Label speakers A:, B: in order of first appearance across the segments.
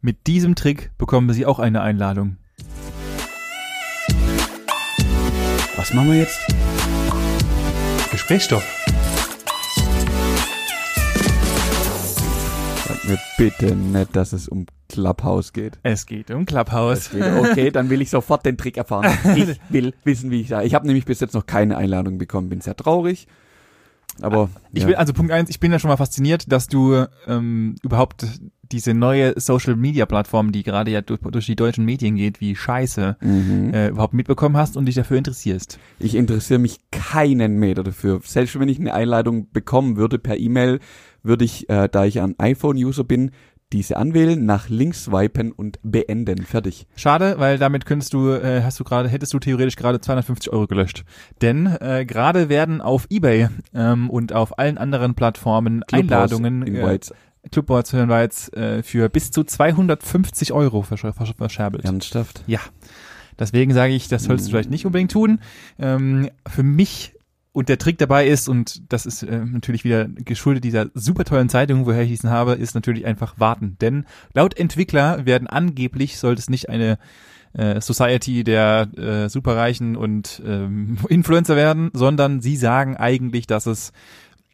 A: Mit diesem Trick bekommen Sie auch eine Einladung.
B: Was machen wir jetzt?
C: Gesprächsstoff.
B: Sag mir bitte nicht, dass es um Clubhouse geht.
A: Es geht um Clubhouse.
B: Okay, dann will ich sofort den Trick erfahren. Ich will wissen, wie ich da. Ich habe nämlich bis jetzt noch keine Einladung bekommen, bin sehr traurig. Aber
A: Ich
B: ja.
A: bin, also Punkt eins, ich bin ja schon mal fasziniert, dass du ähm, überhaupt diese neue Social Media Plattform, die gerade ja durch, durch die deutschen Medien geht, wie Scheiße,
B: Mhm.
A: äh, überhaupt mitbekommen hast und dich dafür interessierst.
B: Ich interessiere mich keinen Meter dafür. Selbst wenn ich eine Einladung bekommen würde per E-Mail, würde ich, äh, da ich ein iPhone-User bin, diese anwählen, nach links swipen und beenden. Fertig.
A: Schade, weil damit könntest du, äh, hast du gerade, hättest du theoretisch gerade 250 Euro gelöscht. Denn äh, gerade werden auf eBay ähm, und auf allen anderen Plattformen
B: Clubhouse
A: Einladungen
B: in
A: äh,
B: Whites.
A: Clubboards Invites äh, für bis zu 250 Euro versch versch verscherbelt.
B: Ernsthaft?
A: Ja, deswegen sage ich, das sollst du
B: Mhm.
A: vielleicht nicht unbedingt tun. Ähm, für mich und der Trick dabei ist, und das ist äh, natürlich wieder geschuldet dieser super tollen Zeitung, woher ich diesen habe, ist natürlich einfach warten. Denn laut Entwickler werden angeblich, sollte es nicht eine äh, Society der äh, Superreichen und ähm, Influencer werden, sondern sie sagen eigentlich, dass es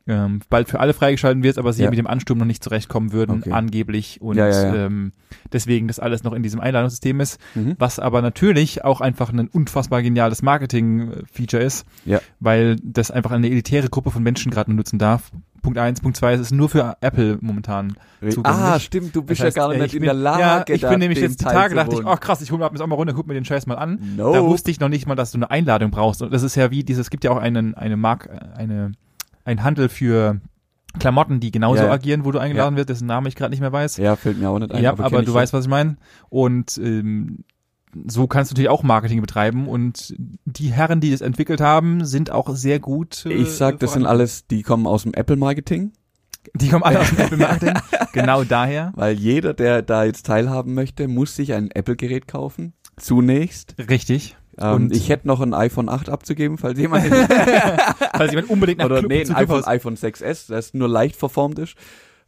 A: ähm, bald für alle freigeschalten wird, aber sie
B: Ja.
A: mit dem Ansturm noch nicht zurechtkommen würden,
B: Okay.
A: angeblich. Und
B: Ja, ja, ja.
A: Ähm, deswegen das alles noch in diesem Einladungssystem ist
B: Mhm.
A: was aber natürlich auch einfach ein unfassbar geniales Marketing-Feature ist,
B: Ja.
A: weil das einfach eine elitäre Gruppe von Menschen gerade nur nutzen darf. Punkt eins, Punkt zwei, es ist nur für Apple momentan zugänglich.
B: Ah, stimmt, du bist
A: Das heißt,
B: ja gar
A: äh,
B: nicht
A: ich
B: in der
A: bin-
B: Lage.
A: Ja, ich
B: da
A: bin nämlich
B: dem
A: jetzt die Tage, dachte ich,
B: teilzuwohnen.
A: oh krass, ich hole mir ab jetzt auch mal runter, guck mir den Scheiß mal an.
B: No.
A: Da wusste ich noch nicht mal, dass du eine Einladung brauchst. Und das ist ja wie dieses, es gibt ja auch einen, eine Mark, eine, ein Handel für Klamotten, die genauso
B: Ja, ja.
A: agieren, wo du eingeladen wirst, dessen Name ich gerade nicht mehr weiß.
B: ja, fällt mir auch nicht ein.
A: Ja, aber,
B: kenn ich
A: du
B: schon.
A: weißt, was ich meine. Und ähm, so kannst du natürlich auch Marketing betreiben. Und die Herren, die das entwickelt haben, sind auch sehr gut. äh,
B: Ich sag, das sind
A: voran-
B: alles, die kommen aus dem Apple-Marketing,
A: Die kommen alle aus dem Apple-Marketing. genau daher.
B: weil jeder, der da jetzt teilhaben möchte, muss sich ein Apple-Gerät kaufen. Zunächst.
A: Richtig.
B: Ähm,
A: Und-
B: und ich hätte noch ein iPhone 8 abzugeben, falls jemand
A: Falls jemand unbedingt nach
B: oder
A: Club,
B: nee, ein
A: zu
B: iPhone,
A: Clubhouse.
B: iPhone 6s, das nur leicht verformt ist.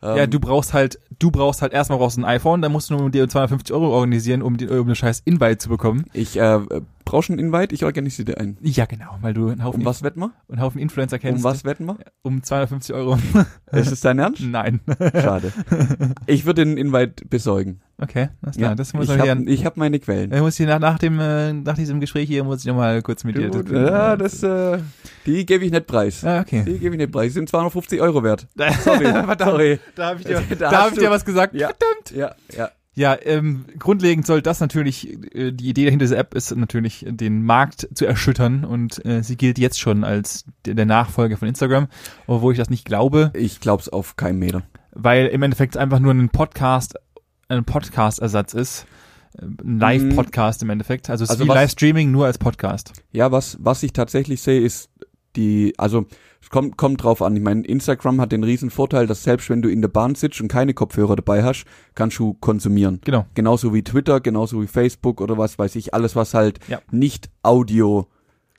B: Ähm,
A: Ja, du brauchst halt, du brauchst halt erstmal brauchst du ein iPhone, dann musst du nur dir 250 Euro organisieren, um, den, um eine scheiß Invite zu bekommen.
B: Ich äh, brauchst einen Invite, ich organisiere dir einen.
A: Ja, genau, weil du einen Haufen,
B: Um was wetten wir?
A: einen Haufen Influencer kennst.
B: Um was wetten wir?
A: Um 250 Euro.
B: Ist es dein Ernst?
A: Nein.
B: Schade. Ich würde den Invite besorgen.
A: Okay, das, ja, das muss
B: ich
A: man hier.
B: habe hab meine Quellen.
A: Ich muss hier nach, nach, dem, äh, nach diesem Gespräch hier muss ich nochmal kurz mit dir.
B: Gut, ja, das, äh, die gebe ich nicht preis.
A: Ah, okay.
B: Die gebe ich nicht preis. Die sind 250 Euro wert. Sorry. Sorry.
A: Da habe ich
B: dir- Da
A: da hab
B: hast
A: ich
B: du-
A: dir was gesagt.
B: Ja. Ja, ja.
A: Ja, ähm, grundlegend soll das natürlich, äh, die Idee hinter dieser App ist natürlich, den Markt zu erschüttern und äh, sie gilt jetzt schon als der der Nachfolger von Instagram, obwohl ich das nicht glaube,
B: Ich glaub's auf keinen Meter.
A: weil im Endeffekt einfach nur ein Podcast, ein Podcast-Ersatz ist. Äh, Ein Live-Podcast im Endeffekt. Also es
B: Also
A: ist wie
B: was-
A: Livestreaming nur als Podcast.
B: Ja, was, was ich tatsächlich sehe, ist die, also es kommt, kommt drauf an. Ich meine, Instagram hat den riesen Vorteil, dass selbst wenn du in der Bahn sitzt und keine Kopfhörer dabei hast, kannst du konsumieren.
A: Genau.
B: Genauso wie Twitter, genauso wie Facebook oder was weiß ich, alles was halt
A: Ja.
B: nicht Audio,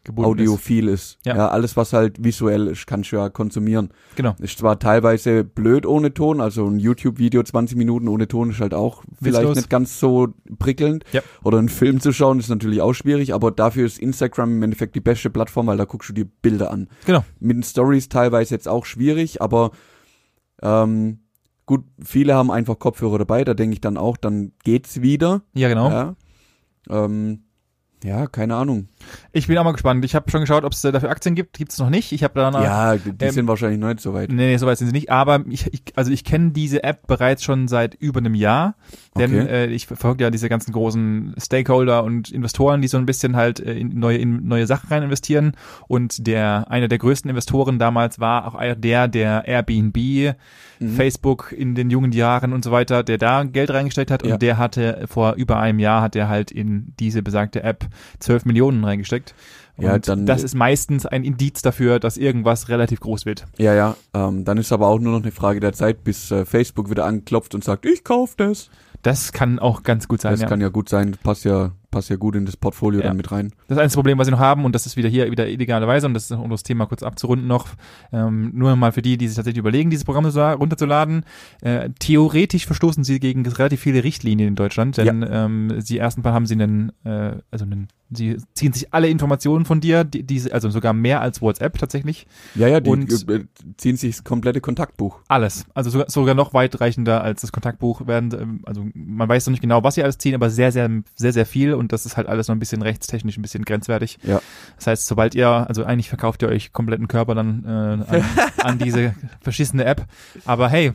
A: Gebunden ist.
B: audiophil ist.
A: Ja.
B: Ja. alles was halt visuell ist, kannst du ja konsumieren.
A: Genau.
B: Ist zwar teilweise blöd ohne Ton, also ein YouTube-Video 20 Minuten ohne Ton ist halt auch vielleicht
A: Witzlos.
B: nicht ganz so prickelnd.
A: Ja.
B: Oder einen Film zu schauen ist natürlich auch schwierig, aber dafür ist Instagram im Endeffekt die beste Plattform, weil da guckst du dir Bilder an.
A: Genau.
B: Mit den Stories teilweise jetzt auch schwierig, aber ähm, gut, viele haben einfach Kopfhörer dabei, da denke ich dann auch, dann geht's wieder.
A: Ja, genau.
B: Ja. Ähm, ja, keine Ahnung.
A: Ich bin auch mal gespannt. Ich habe schon geschaut, ob es dafür Aktien gibt. Gibt es noch nicht. Ich habe danach.
B: ja, die die
A: ähm,
B: sind wahrscheinlich noch nicht so weit.
A: Nee, nee, soweit sind sie nicht. Aber ich, ich also ich kenne diese App bereits schon seit über einem Jahr, denn
B: Okay.
A: äh, ich verfolge ja diese ganzen großen Stakeholder und Investoren, die so ein bisschen halt äh, in neue in neue Sachen rein investieren. Und der einer der größten Investoren damals war auch einer der der Airbnb,
B: Mhm.
A: Facebook in den jungen Jahren und so weiter, der da Geld reingesteckt hat.
B: Ja.
A: Und der hatte vor über einem Jahr hat er halt in diese besagte App 12 Millionen reingesteckt.
B: Ja,
A: und
B: dann-
A: das ist meistens ein Indiz dafür, dass irgendwas relativ groß wird.
B: Ja, ja. Ähm, dann ist aber auch nur noch eine Frage der Zeit, bis äh, Facebook wieder anklopft und sagt, ich kauf das.
A: Das kann auch ganz gut sein.
B: Das
A: ja.
B: kann ja gut sein, passt ja, passt passt ja gut in das Portfolio
A: Ja.
B: dann mit rein.
A: Das einzige Problem, was sie noch haben, und das ist wieder hier wieder illegalerweise, und das ist, um das Thema kurz abzurunden noch, ähm, nur mal für die, die sich tatsächlich überlegen, diese Programme so runterzuladen. Äh, theoretisch verstoßen sie gegen relativ viele Richtlinien in Deutschland, denn ähm, sie ersten Mal haben sie einen, äh, also einen, sie ziehen sich alle Informationen von dir, die, diese, also sogar mehr als WhatsApp tatsächlich.
B: Ja, ja, die
A: Und-
B: äh, ziehen sich das komplette Kontaktbuch.
A: Alles. Also sogar, sogar noch weitreichender als das Kontaktbuch werden, ähm, also man weiß noch nicht genau, was sie alles ziehen, aber sehr, sehr, sehr, sehr viel und das ist halt alles noch ein bisschen rechtstechnisch, ein bisschen grenzwertig.
B: Ja.
A: Das heißt, sobald ihr, also eigentlich verkauft ihr euch kompletten Körper dann äh, an, an diese verschissene App, aber hey,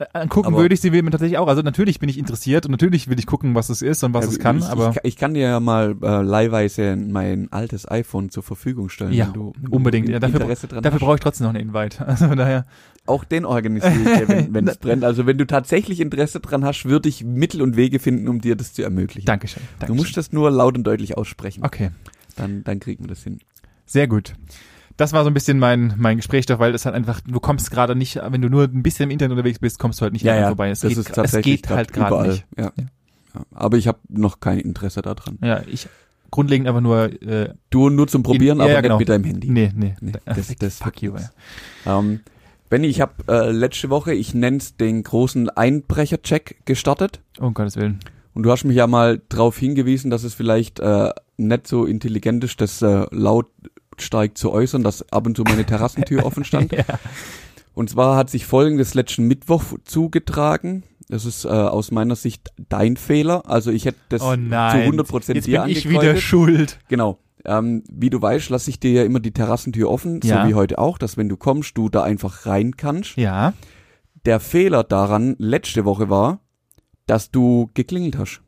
A: äh, angucken
B: Aber-
A: würde ich sie mir tatsächlich auch. Also natürlich bin ich interessiert und natürlich will ich gucken, was es ist und was
B: Ja,
A: es kann,
B: Also ich,
A: aber
B: Ich, ich kann dir ja mal äh, leihweise mein altes iPhone zur Verfügung stellen.
A: Ja,
B: wenn du, wenn
A: unbedingt.
B: Du
A: Ja, dafür-
B: Interesse dran
A: dafür
B: hast.
A: brauche ich trotzdem noch einen Invite. Also von daher,
B: Auch den organisiere ich dir, wenn- wenn es brennt. Also wenn du tatsächlich Interesse dran hast, würde ich Mittel und Wege finden, um dir das zu ermöglichen.
A: Dankeschön.
B: Du
A: Dankeschön.
B: musst das nur laut und deutlich aussprechen.
A: Okay.
B: Dann, dann kriegen wir das hin.
A: Sehr gut. Das war so ein bisschen mein, mein Gespräch doch, weil es halt einfach, du kommst gerade nicht, wenn du nur ein bisschen im Internet unterwegs bist, kommst du halt nicht daran vorbei. Es
B: das
A: geht,
B: ist tatsächlich
A: es geht halt gerade
B: überall.
A: nicht.
B: Ja.
A: Ja.
B: Ja. Aber ich habe noch kein Interesse daran.
A: Ja, ich grundlegend einfach nur, äh,
B: Du nur zum Probieren,
A: Ja,
B: aber
A: ja, genau.
B: nicht mit deinem Handy.
A: nee, nee.
B: Nee,
A: Da-
B: das- das
A: fuck
B: wird
A: you, ey.
B: nix. Ähm, Benni, ich habe äh, letzte Woche, ich nenn's den großen Einbrecher-Check gestartet.
A: Um Gottes Willen.
B: Und du hast mich ja mal darauf hingewiesen, dass es vielleicht äh, nicht so intelligent ist, das äh, lautstark zu äußern, dass ab und zu meine Terrassentür offen stand.
A: Ja.
B: Und zwar hat sich folgendes letzten Mittwoch zugetragen. Das ist äh, aus meiner Sicht dein Fehler. Also ich hätte das
A: Oh
B: zu
A: nein.
B: 100 Prozent
A: Jetzt
B: dir
A: bin ich wieder
B: angekreidet.
A: schuld.
B: Genau. Ähm, wie du weißt, lasse ich dir ja immer die Terrassentür offen,
A: Ja.
B: so wie heute auch, dass wenn du kommst, du da einfach rein kannst.
A: Ja.
B: Der Fehler daran letzte Woche war, dass du geklingelt hast.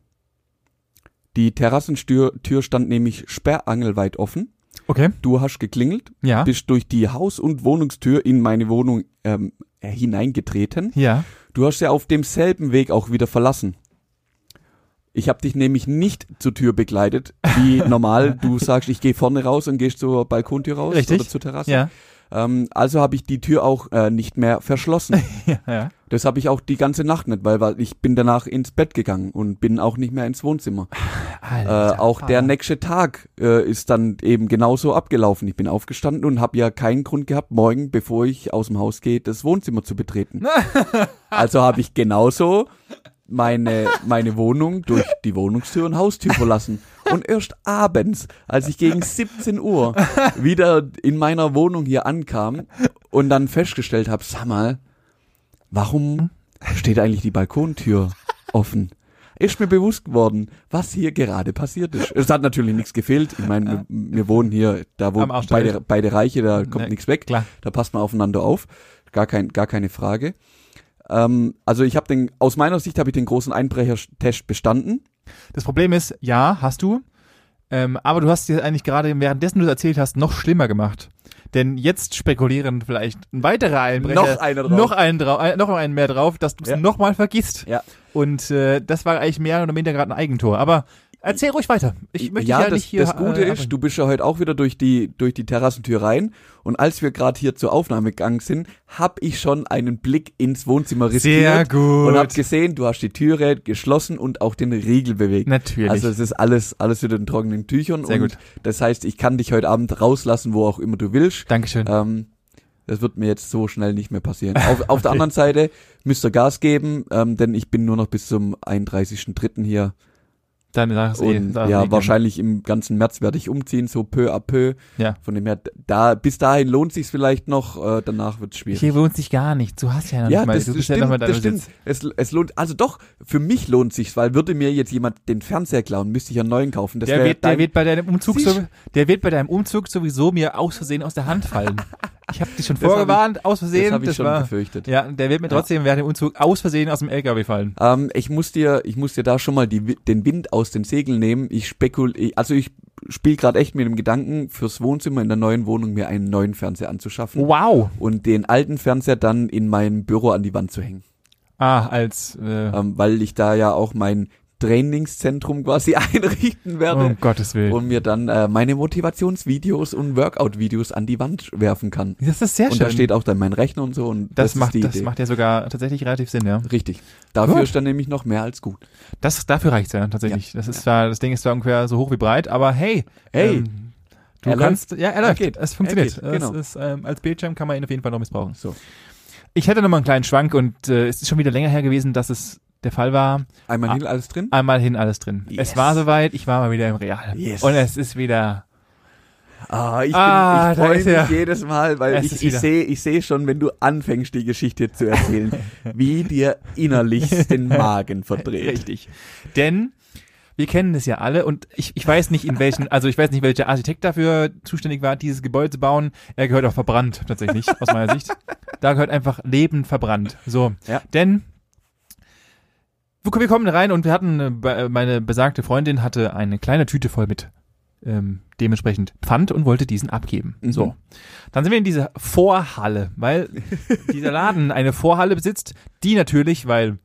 B: Die Terrassentür Tür stand nämlich sperrangelweit offen.
A: Okay.
B: Du hast geklingelt,
A: Ja.
B: bist durch die Haus- und Wohnungstür in meine Wohnung ähm, äh, hineingetreten.
A: Ja.
B: Du hast ja auf demselben Weg auch wieder verlassen. Ich habe dich nämlich nicht zur Tür begleitet, wie normal. Du sagst, ich gehe vorne raus und gehst zur Balkontür raus
A: Richtig.
B: oder zur Terrasse.
A: Ja.
B: Ähm, also habe ich die Tür auch äh, nicht mehr verschlossen.
A: Ja. ja.
B: Das habe ich auch die ganze Nacht nicht, weil, weil ich bin danach ins Bett gegangen und bin auch nicht mehr ins Wohnzimmer. Äh,
A: Alter.
B: auch der nächste Tag äh, ist dann eben genauso abgelaufen. Ich bin aufgestanden und habe ja keinen Grund gehabt, morgen, bevor ich aus dem Haus gehe, das Wohnzimmer zu betreten. also habe ich genauso meine, meine Wohnung durch die Wohnungstür und Haustür verlassen. Und erst abends, als ich gegen 17 Uhr wieder in meiner Wohnung hier ankam und dann festgestellt habe, sag mal, warum steht eigentlich die Balkontür offen? Ist mir bewusst geworden, was hier gerade passiert ist. Es hat natürlich nichts gefehlt. Ich meine, wir, wir wohnen hier, da wo
A: Am Arsch der
B: beide, beide Reiche, da kommt
A: Nee,
B: nichts weg.
A: klar.
B: Da passt man aufeinander auf. Gar, kein, gar keine Frage. Ähm, also ich habe den, aus meiner Sicht habe ich den großen Einbrechertest bestanden.
A: Das Problem ist, ja, hast du. Ähm, aber du hast dir eigentlich gerade, währenddessen du das erzählt hast, noch schlimmer gemacht. Denn jetzt spekulieren vielleicht ein weiterer Einbrecher.
B: Noch einer drauf.
A: Noch einen, drau- äh, noch einen mehr drauf, dass du es
B: Ja.
A: nochmal vergisst.
B: Ja.
A: Und äh, das war eigentlich mehr oder weniger gerade ein Eigentor. Aber erzähl ruhig weiter. Ich möchte
B: ja,
A: dich ja
B: das,
A: nicht hier.
B: das Gute
A: äh,
B: ist, du bist ja heute auch wieder durch die, durch die Terrassentür rein. Und als wir gerade hier zur Aufnahme gegangen sind, habe ich schon einen Blick ins Wohnzimmer
A: Sehr
B: riskiert.
A: gut.
B: Und habe gesehen, du hast die Türe geschlossen und auch den Riegel bewegt.
A: Natürlich.
B: Also es ist alles, alles wieder in trockenen Tüchern.
A: Sehr
B: und
A: gut.
B: Das heißt, ich kann dich heute Abend rauslassen, wo auch immer du willst.
A: Dankeschön.
B: Ähm, das wird mir jetzt so schnell nicht mehr passieren. Auf, auf der anderen Seite müsst ihr Gas geben, ähm, denn ich bin nur noch bis zum 31.3. hier.
A: Dann sag es eh.
B: Und
A: sag es eh
B: ja,
A: gerne.
B: wahrscheinlich im ganzen März werde ich umziehen, so peu à peu.
A: Ja.
B: Von dem her, da, bis dahin lohnt sich's vielleicht noch, äh, danach wird's schwierig.
A: Hier lohnt sich gar nicht. Du hast ja noch
B: ja,
A: nicht mal.
B: das,
A: du
B: das
A: bist ja noch
B: stimmt,
A: mal da
B: das stimmt. Es, es lohnt, also doch, für mich lohnt sich's, weil würde mir jetzt jemand den Fernseher klauen, müsste ich einen neuen kaufen. Das
A: Der
B: wär
A: wird, der
B: dein-
A: wird bei deinem Umzug,
B: Siehst-
A: so, der wird bei deinem Umzug sowieso mir aus Versehen aus der Hand fallen. Ich habe dich schon
B: hab ich-
A: vorgewarnt, aus Versehen.
B: das habe ich schon
A: war,
B: befürchtet.
A: ja, der wird mir trotzdem während dem Umzug aus Versehen aus dem LKW fallen.
B: Ähm, ich muss dir, ich muss dir da schon mal die, Wi- den Wind aus den Segeln nehmen. Ich spekul, ich- also ich spiele gerade echt mit dem Gedanken, fürs Wohnzimmer in der neuen Wohnung mir einen neuen Fernseher anzuschaffen
A: Wow.
B: und den alten Fernseher dann in meinem Büro an die Wand zu hängen,
A: Ah, als äh,
B: ähm, weil ich da ja auch mein Trainingszentrum quasi einrichten werde
A: Um Gottes Willen.
B: und mir dann äh, meine Motivationsvideos und Workout-Videos an die Wand werfen kann.
A: Das ist sehr
B: und da steht auch dann mein Rechner und so und
A: das, macht,
B: ist die
A: das
B: Idee.
A: macht ja sogar tatsächlich relativ Sinn, ja.
B: Richtig. Dafür
A: Gut.
B: ist dann nämlich noch mehr als gut.
A: Das, dafür reicht's ja tatsächlich. Das ist zwar, das Ding ist zwar ungefähr so hoch wie breit, aber hey.
B: Hey.
A: ähm, du
B: Er
A: kannst, ja, er
B: Er
A: läuft.
B: geht.
A: Es funktioniert.
B: Er geht, genau.
A: es ist, ähm, als Bildschirm kann man ihn auf jeden Fall noch missbrauchen.
B: So.
A: Ich hätte noch mal einen kleinen Schwank und äh, es ist schon wieder länger her gewesen, dass es der Fall war.
B: Einmal
A: Ah.
B: hin, alles drin.
A: Einmal hin, alles drin.
B: Yes.
A: Es war soweit, ich war mal wieder im Real.
B: Yes.
A: Und es ist wieder,
B: Ah, ich, bin-
A: Ah,
B: ich
A: da
B: freue
A: ist
B: mich
A: er.
B: jedes Mal, weil
A: Es
B: ich,
A: ist
B: ich
A: wieder.
B: sehe ich sehe schon, wenn du anfängst, die Geschichte zu erzählen, wie dir innerlich den Magen verdreht.
A: Richtig. denn wir kennen es ja alle und ich, ich weiß nicht in welchen, also ich weiß nicht, welcher Architekt dafür zuständig war, dieses Gebäude zu bauen. Er gehört auch verbrannt, tatsächlich, aus meiner Sicht. Da gehört einfach Leben verbrannt. So.
B: Ja.
A: Denn wir wir kommen rein und wir hatten, äh, be- äh, meine besagte Freundin hatte eine kleine Tüte voll mit ähm, dementsprechend Pfand und wollte diesen abgeben.
B: Mhm.
A: So. Dann sind wir in dieser Vorhalle, weil dieser Laden eine Vorhalle besitzt, die natürlich, weil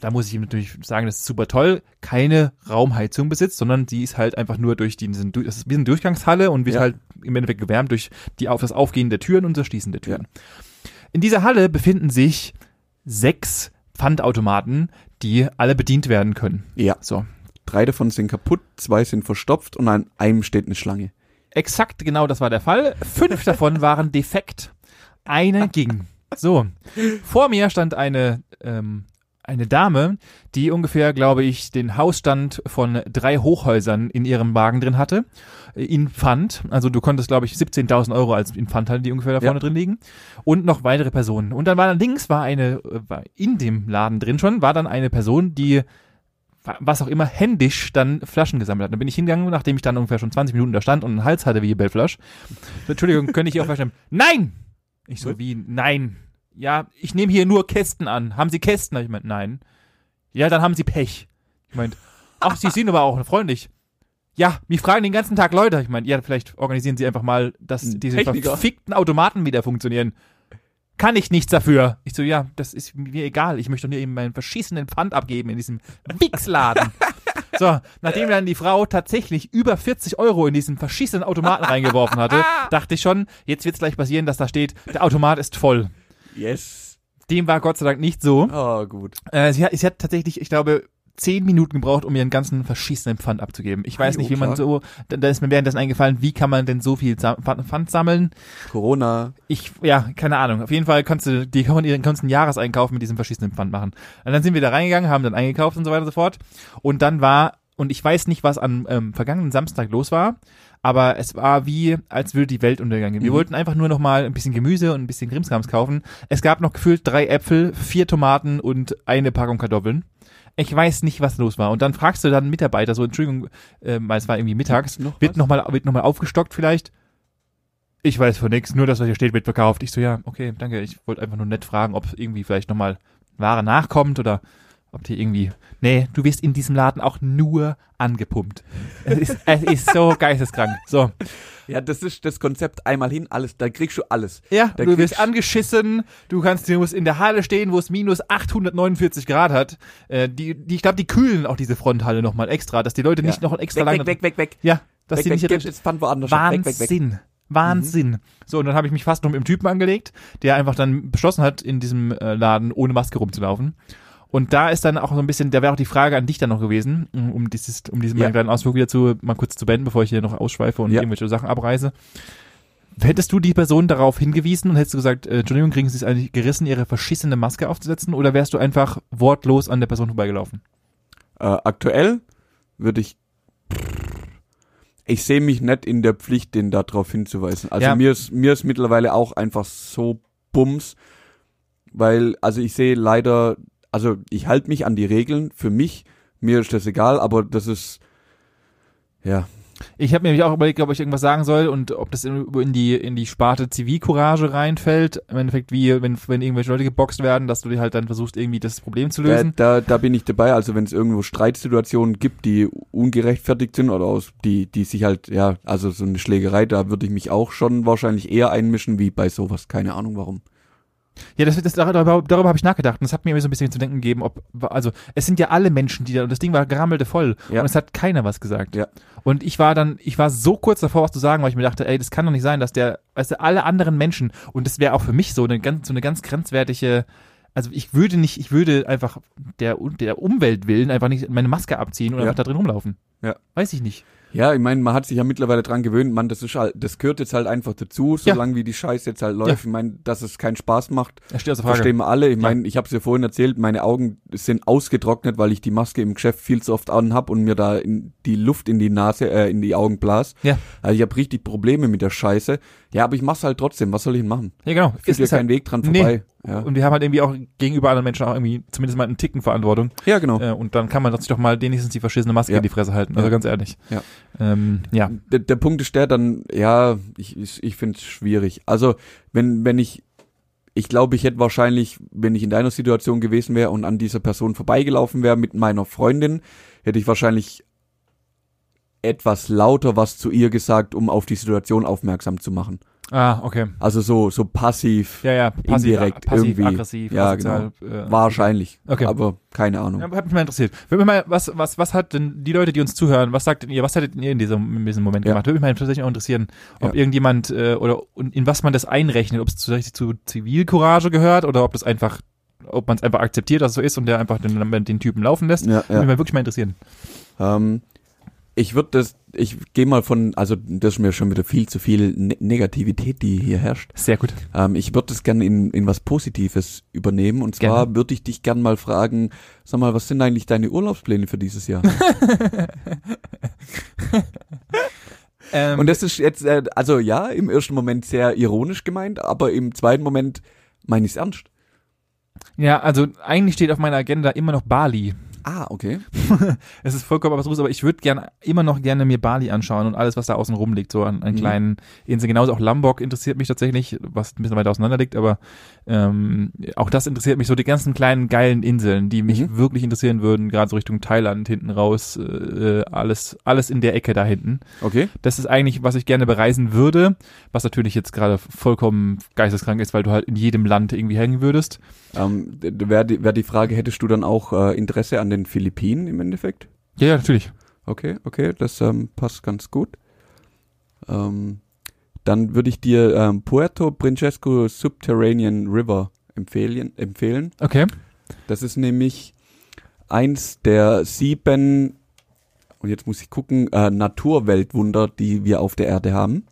A: da muss ich ihm natürlich sagen, das ist super toll, keine Raumheizung besitzt, sondern die ist halt einfach nur durch diesen, durch- das ist wie eine Durchgangshalle und wird
B: Ja.
A: halt im Endeffekt gewärmt durch die, auf das Aufgehen der Türen und das Schließen der Türen. In dieser Halle befinden sich sechs Pfandautomaten, die alle bedient werden können.
B: Ja,
A: So.
B: drei davon sind kaputt, zwei sind verstopft und an einem steht eine Schlange.
A: Exakt genau das war der Fall. Fünf davon waren defekt. Eine ging. So. Vor mir stand eine, ähm, eine Dame, die ungefähr, glaube ich, den Hausstand von drei Hochhäusern in ihrem Wagen drin hatte. Äh, In Pfand. Also du konntest, glaube ich, 17.000 Euro als in Pfand hatte, die ungefähr da
B: Ja.
A: vorne drin liegen. Und noch weitere Personen. Und dann war dann links war eine, äh, war in dem Laden drin schon, war dann eine Person, die wa- was auch immer, händisch dann Flaschen gesammelt hat. Dann bin ich hingegangen, nachdem ich dann ungefähr schon 20 Minuten da stand und einen Hals hatte wie die Belflasch. Entschuldigung, könnte ich hier auch Flaschen? Nein! Ich so, wie, nein. Ja, ich nehme hier nur Kästen an. Haben Sie Kästen? Hab ich meint, nein. Ja, dann haben Sie Pech. Ich meint, ach, Sie sind aber auch freundlich. Ja, mich fragen den ganzen Tag Leute. Ich meinte, ja, vielleicht organisieren Sie einfach mal, dass
B: Ein
A: diese
B: Techniker.
A: verfickten Automaten wieder funktionieren. Kann ich nichts dafür. Ich so, ja, das ist mir egal. Ich möchte doch nur eben meinen verschissenen Pfand abgeben in diesem Wichsladen. So, nachdem dann die Frau tatsächlich über 40 Euro in diesen verschissenen Automaten reingeworfen hatte, dachte ich schon, jetzt wird's gleich passieren, dass da steht, der Automat ist voll.
B: Yes.
A: Dem war Gott sei Dank nicht so.
B: Oh, gut.
A: Äh, sie, hat, sie hat tatsächlich, ich glaube, zehn Minuten gebraucht, um ihren ganzen verschissenen Pfand abzugeben. Ich weiß
B: Ei,
A: nicht,
B: oh,
A: wie man
B: klar.
A: so, da, da ist mir währenddessen eingefallen, wie kann man denn so viel Sa- Pfand Pfand sammeln?
B: Corona.
A: Ich, ja, keine Ahnung. Auf jeden Fall konntest du, die konnten ihren ganzen Jahreseinkauf mit diesem verschissenen Pfand machen. Und dann sind wir da reingegangen, haben dann eingekauft und so weiter und so fort. Und dann war, und ich weiß nicht, was am ähm, vergangenen Samstag los war, aber es war wie, als würde die Welt untergegangen. Wir
B: Mhm.
A: wollten einfach nur noch mal ein bisschen Gemüse und ein bisschen Krimskrams kaufen. Es gab noch gefühlt drei Äpfel, vier Tomaten und eine Packung Kartoffeln. Ich weiß nicht, was los war. Und dann fragst du dann einen Mitarbeiter, so, Entschuldigung, äh, weil es war irgendwie mittags,
B: Gibt's noch
A: wird
B: was?
A: nochmal wird noch mal aufgestockt vielleicht. Ich weiß von nichts, nur das, was hier steht, wird verkauft. Ich so, ja, okay, danke. Ich wollte einfach nur nett fragen, ob irgendwie vielleicht nochmal Ware nachkommt oder ob die irgendwie. Nee, du wirst in diesem Laden auch nur angepumpt. Es ist, es ist so geisteskrank. So.
B: Ja, das ist das Konzept einmal hin, alles, da kriegst du alles.
A: Ja,
B: Da
A: du
B: kriegst-
A: wirst angeschissen, du kannst, du musst in der Halle stehen, wo es minus 849 Grad hat. Äh, die, die, ich glaube, die kühlen auch diese Fronthalle nochmal extra, dass die Leute nicht noch ein extra
B: weg,
A: lange.
B: weg, weg, weg, weg.
A: Ja, dass
B: weg,
A: die
B: weg,
A: nicht hier
B: weg,
A: drin
B: jetzt fand woanders statt.
A: Wahnsinn.
B: Weg, weg, weg.
A: Wahnsinn. Mhm. So, und dann habe ich mich fast noch mit dem Typen angelegt, der einfach dann beschlossen hat, in diesem äh, Laden ohne Maske rumzulaufen. Und da ist dann auch so ein bisschen, da wäre auch die Frage an dich dann noch gewesen, um um dieses, um diesen
B: Ja.
A: meinen kleinen Ausflug wieder zu, mal kurz zu beenden, bevor ich hier noch ausschweife und
B: Ja.
A: irgendwelche Sachen abreiße. Hättest du die Person darauf hingewiesen und hättest du gesagt, äh, Entschuldigung, kriegen Sie es eigentlich gerissen, Ihre verschissene Maske aufzusetzen oder wärst du einfach wortlos an der Person vorbeigelaufen?
B: Äh, aktuell würde ich. Ich sehe mich nicht in der Pflicht, den da drauf hinzuweisen. Also
A: Ja.
B: mir ist mir ist mittlerweile auch einfach so bums, weil also ich sehe leider, also ich halte mich an die Regeln. Für mich mir ist das egal, aber das ist ja
A: Ich habe mir nämlich auch überlegt, ob ich irgendwas sagen soll und ob das in, in die in die Sparte Zivilcourage reinfällt. Im Endeffekt wie wenn wenn irgendwelche Leute geboxt werden, dass du dir halt dann versuchst irgendwie das Problem zu
B: da,
A: lösen.
B: da, da bin ich dabei. Also wenn es irgendwo Streitsituationen gibt, die ungerechtfertigt sind oder aus die die sich halt ja also so eine Schlägerei, da würde ich mich auch schon wahrscheinlich eher einmischen wie bei sowas. Keine Ahnung warum.
A: Ja, das, das, darüber, darüber habe ich nachgedacht und das hat mir irgendwie so ein bisschen zu denken gegeben, ob, also es sind ja alle Menschen, die da, und das Ding war gerammelte voll
B: Ja.
A: und es hat keiner was gesagt.
B: Ja.
A: Und ich war dann, ich war so kurz davor, was zu sagen, weil ich mir dachte, ey, das kann doch nicht sein, dass der, weißt du, alle anderen Menschen, und das wäre auch für mich so eine ganz, so eine ganz grenzwertige, also ich würde nicht, ich würde einfach der, der Umwelt willen einfach nicht meine Maske abziehen und
B: Ja.
A: einfach da drin rumlaufen.
B: Ja.
A: Weiß ich nicht.
B: Ja, ich meine, man hat sich ja mittlerweile dran gewöhnt, man, das ist halt, das gehört jetzt halt einfach dazu,
A: Ja.
B: solange wie die Scheiße jetzt halt läuft. Ich meine, dass es keinen Spaß macht,
A: Das steht außer Frage.
B: verstehen wir alle. Ich meine, ich habe es ja vorhin erzählt, meine Augen sind ausgetrocknet, weil ich die Maske im Geschäft viel zu oft an hab und mir da in die Luft in die Nase, äh, in die Augen blas.
A: Ja.
B: Also ich habe richtig Probleme mit der Scheiße. Ja, aber ich mach's halt trotzdem, was soll ich denn machen?
A: Ja, genau.
B: Führt ja
A: halt-
B: keinen ne? Weg dran
A: Nee.
B: vorbei. Ja.
A: Und wir haben halt irgendwie auch gegenüber anderen Menschen auch irgendwie zumindest mal einen Ticken Verantwortung.
B: ja, genau.
A: Äh, und dann kann man sich doch mal wenigstens die verschissene Maske
B: Ja.
A: in die Fresse halten. Also
B: Ja.
A: ganz ehrlich.
B: Ja. Hm.
A: Ähm, ja.
B: Der, der Punkt ist der dann, ja, ich, ich, ich finde es schwierig. Also, wenn, wenn ich, ich glaube, ich hätte wahrscheinlich, wenn ich in deiner Situation gewesen wäre und an dieser Person vorbeigelaufen wäre mit meiner Freundin, hätte ich wahrscheinlich etwas lauter was zu ihr gesagt, um auf die Situation aufmerksam zu machen.
A: Ah, okay.
B: Also so, so passiv,
A: Ja, ja. Passiv,
B: Indirekt
A: passiv
B: irgendwie.
A: aggressiv.
B: Ja, genau.
A: asozial, Äh,
B: wahrscheinlich.
A: Okay.
B: Aber keine Ahnung.
A: Ja, hat mich mal interessiert. Würde mich mal, was, was, was hat denn die Leute, die uns zuhören, was sagt denn ihr, was hättet ihr in diesem, in diesem Moment
B: Ja.
A: gemacht? Würde mich mal tatsächlich auch interessieren, ob
B: Ja.
A: irgendjemand äh, oder und in was man das einrechnet, ob es tatsächlich zu Zivilcourage gehört oder ob das einfach, ob man es einfach akzeptiert, dass es so ist und der einfach den, den Typen laufen lässt.
B: Ja,
A: Würde mich mal wirklich mal interessieren.
B: Ähm, ich würde das, ich gehe mal von, also das ist mir schon wieder viel zu viel ne Negativität, die hier herrscht.
A: Sehr gut.
B: Ähm, ich würde das gerne in, in was Positives übernehmen. Und zwar würde ich dich gern mal fragen, sag mal, was sind eigentlich deine Urlaubspläne für dieses Jahr?
A: Ähm,
B: Und das ist jetzt, äh, also ja, im ersten Moment sehr ironisch gemeint, aber im zweiten Moment meine ich es ernst.
A: ja, also eigentlich steht auf meiner Agenda immer noch Bali.
B: Ah, okay.
A: Es ist vollkommen abstrus, aber ich würde gerne immer noch gerne mir Bali anschauen und alles, was da außen rum liegt, so an, an
B: Mhm.
A: kleinen Inseln. Genauso auch Lombok interessiert mich tatsächlich, was ein bisschen weiter auseinander liegt, aber ähm, auch das interessiert mich so die ganzen kleinen geilen Inseln, die mich
B: Mhm.
A: wirklich interessieren würden, gerade so Richtung Thailand hinten raus, äh, äh, alles, alles in der Ecke da hinten.
B: Okay.
A: Das ist eigentlich, was ich gerne bereisen würde, was natürlich jetzt gerade vollkommen geisteskrank ist, weil du halt in jedem Land irgendwie hängen würdest.
B: Ähm, Wäre die, wär die Frage, hättest du dann auch äh, Interesse an den Philippinen im Endeffekt?
A: Ja, ja, natürlich.
B: Okay, okay, das ähm, passt ganz gut. Ähm, dann würde ich dir ähm, Puerto Princesco Subterranean River empfehlen. empfehlen.
A: Okay.
B: Das ist nämlich eins der sieben, und jetzt muss ich gucken, äh, Naturweltwunder, die wir auf der Erde haben.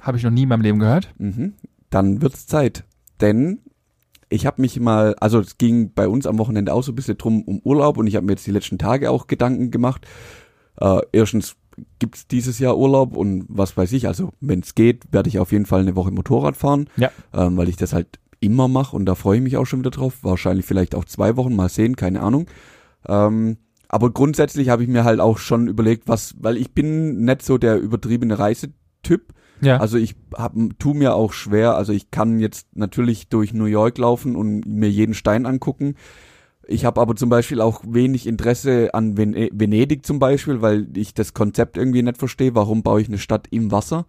A: Habe ich noch nie in meinem Leben gehört.
B: Mhm. Dann wird's Zeit. Denn ich habe mich mal, also es ging bei uns am Wochenende auch so ein bisschen drum um Urlaub und ich habe mir jetzt die letzten Tage auch Gedanken gemacht. Äh, erstens gibt's dieses Jahr Urlaub und was weiß ich, also wenn's geht, werde ich auf jeden Fall eine Woche Motorrad fahren,
A: Ja.
B: ähm, weil ich das halt immer mache und da freue ich mich auch schon wieder drauf. Wahrscheinlich vielleicht auch zwei Wochen, mal sehen, keine Ahnung. Ähm, aber grundsätzlich habe ich mir halt auch schon überlegt, was, weil ich bin nicht so der übertriebene Reisetyp.
A: Ja.
B: Also ich hab, tu mir auch schwer, also ich kann jetzt natürlich durch New York laufen und mir jeden Stein angucken. Ich habe aber zum Beispiel auch wenig Interesse an Ven Venedig zum Beispiel, weil ich das Konzept irgendwie nicht verstehe. Warum baue ich eine Stadt im Wasser?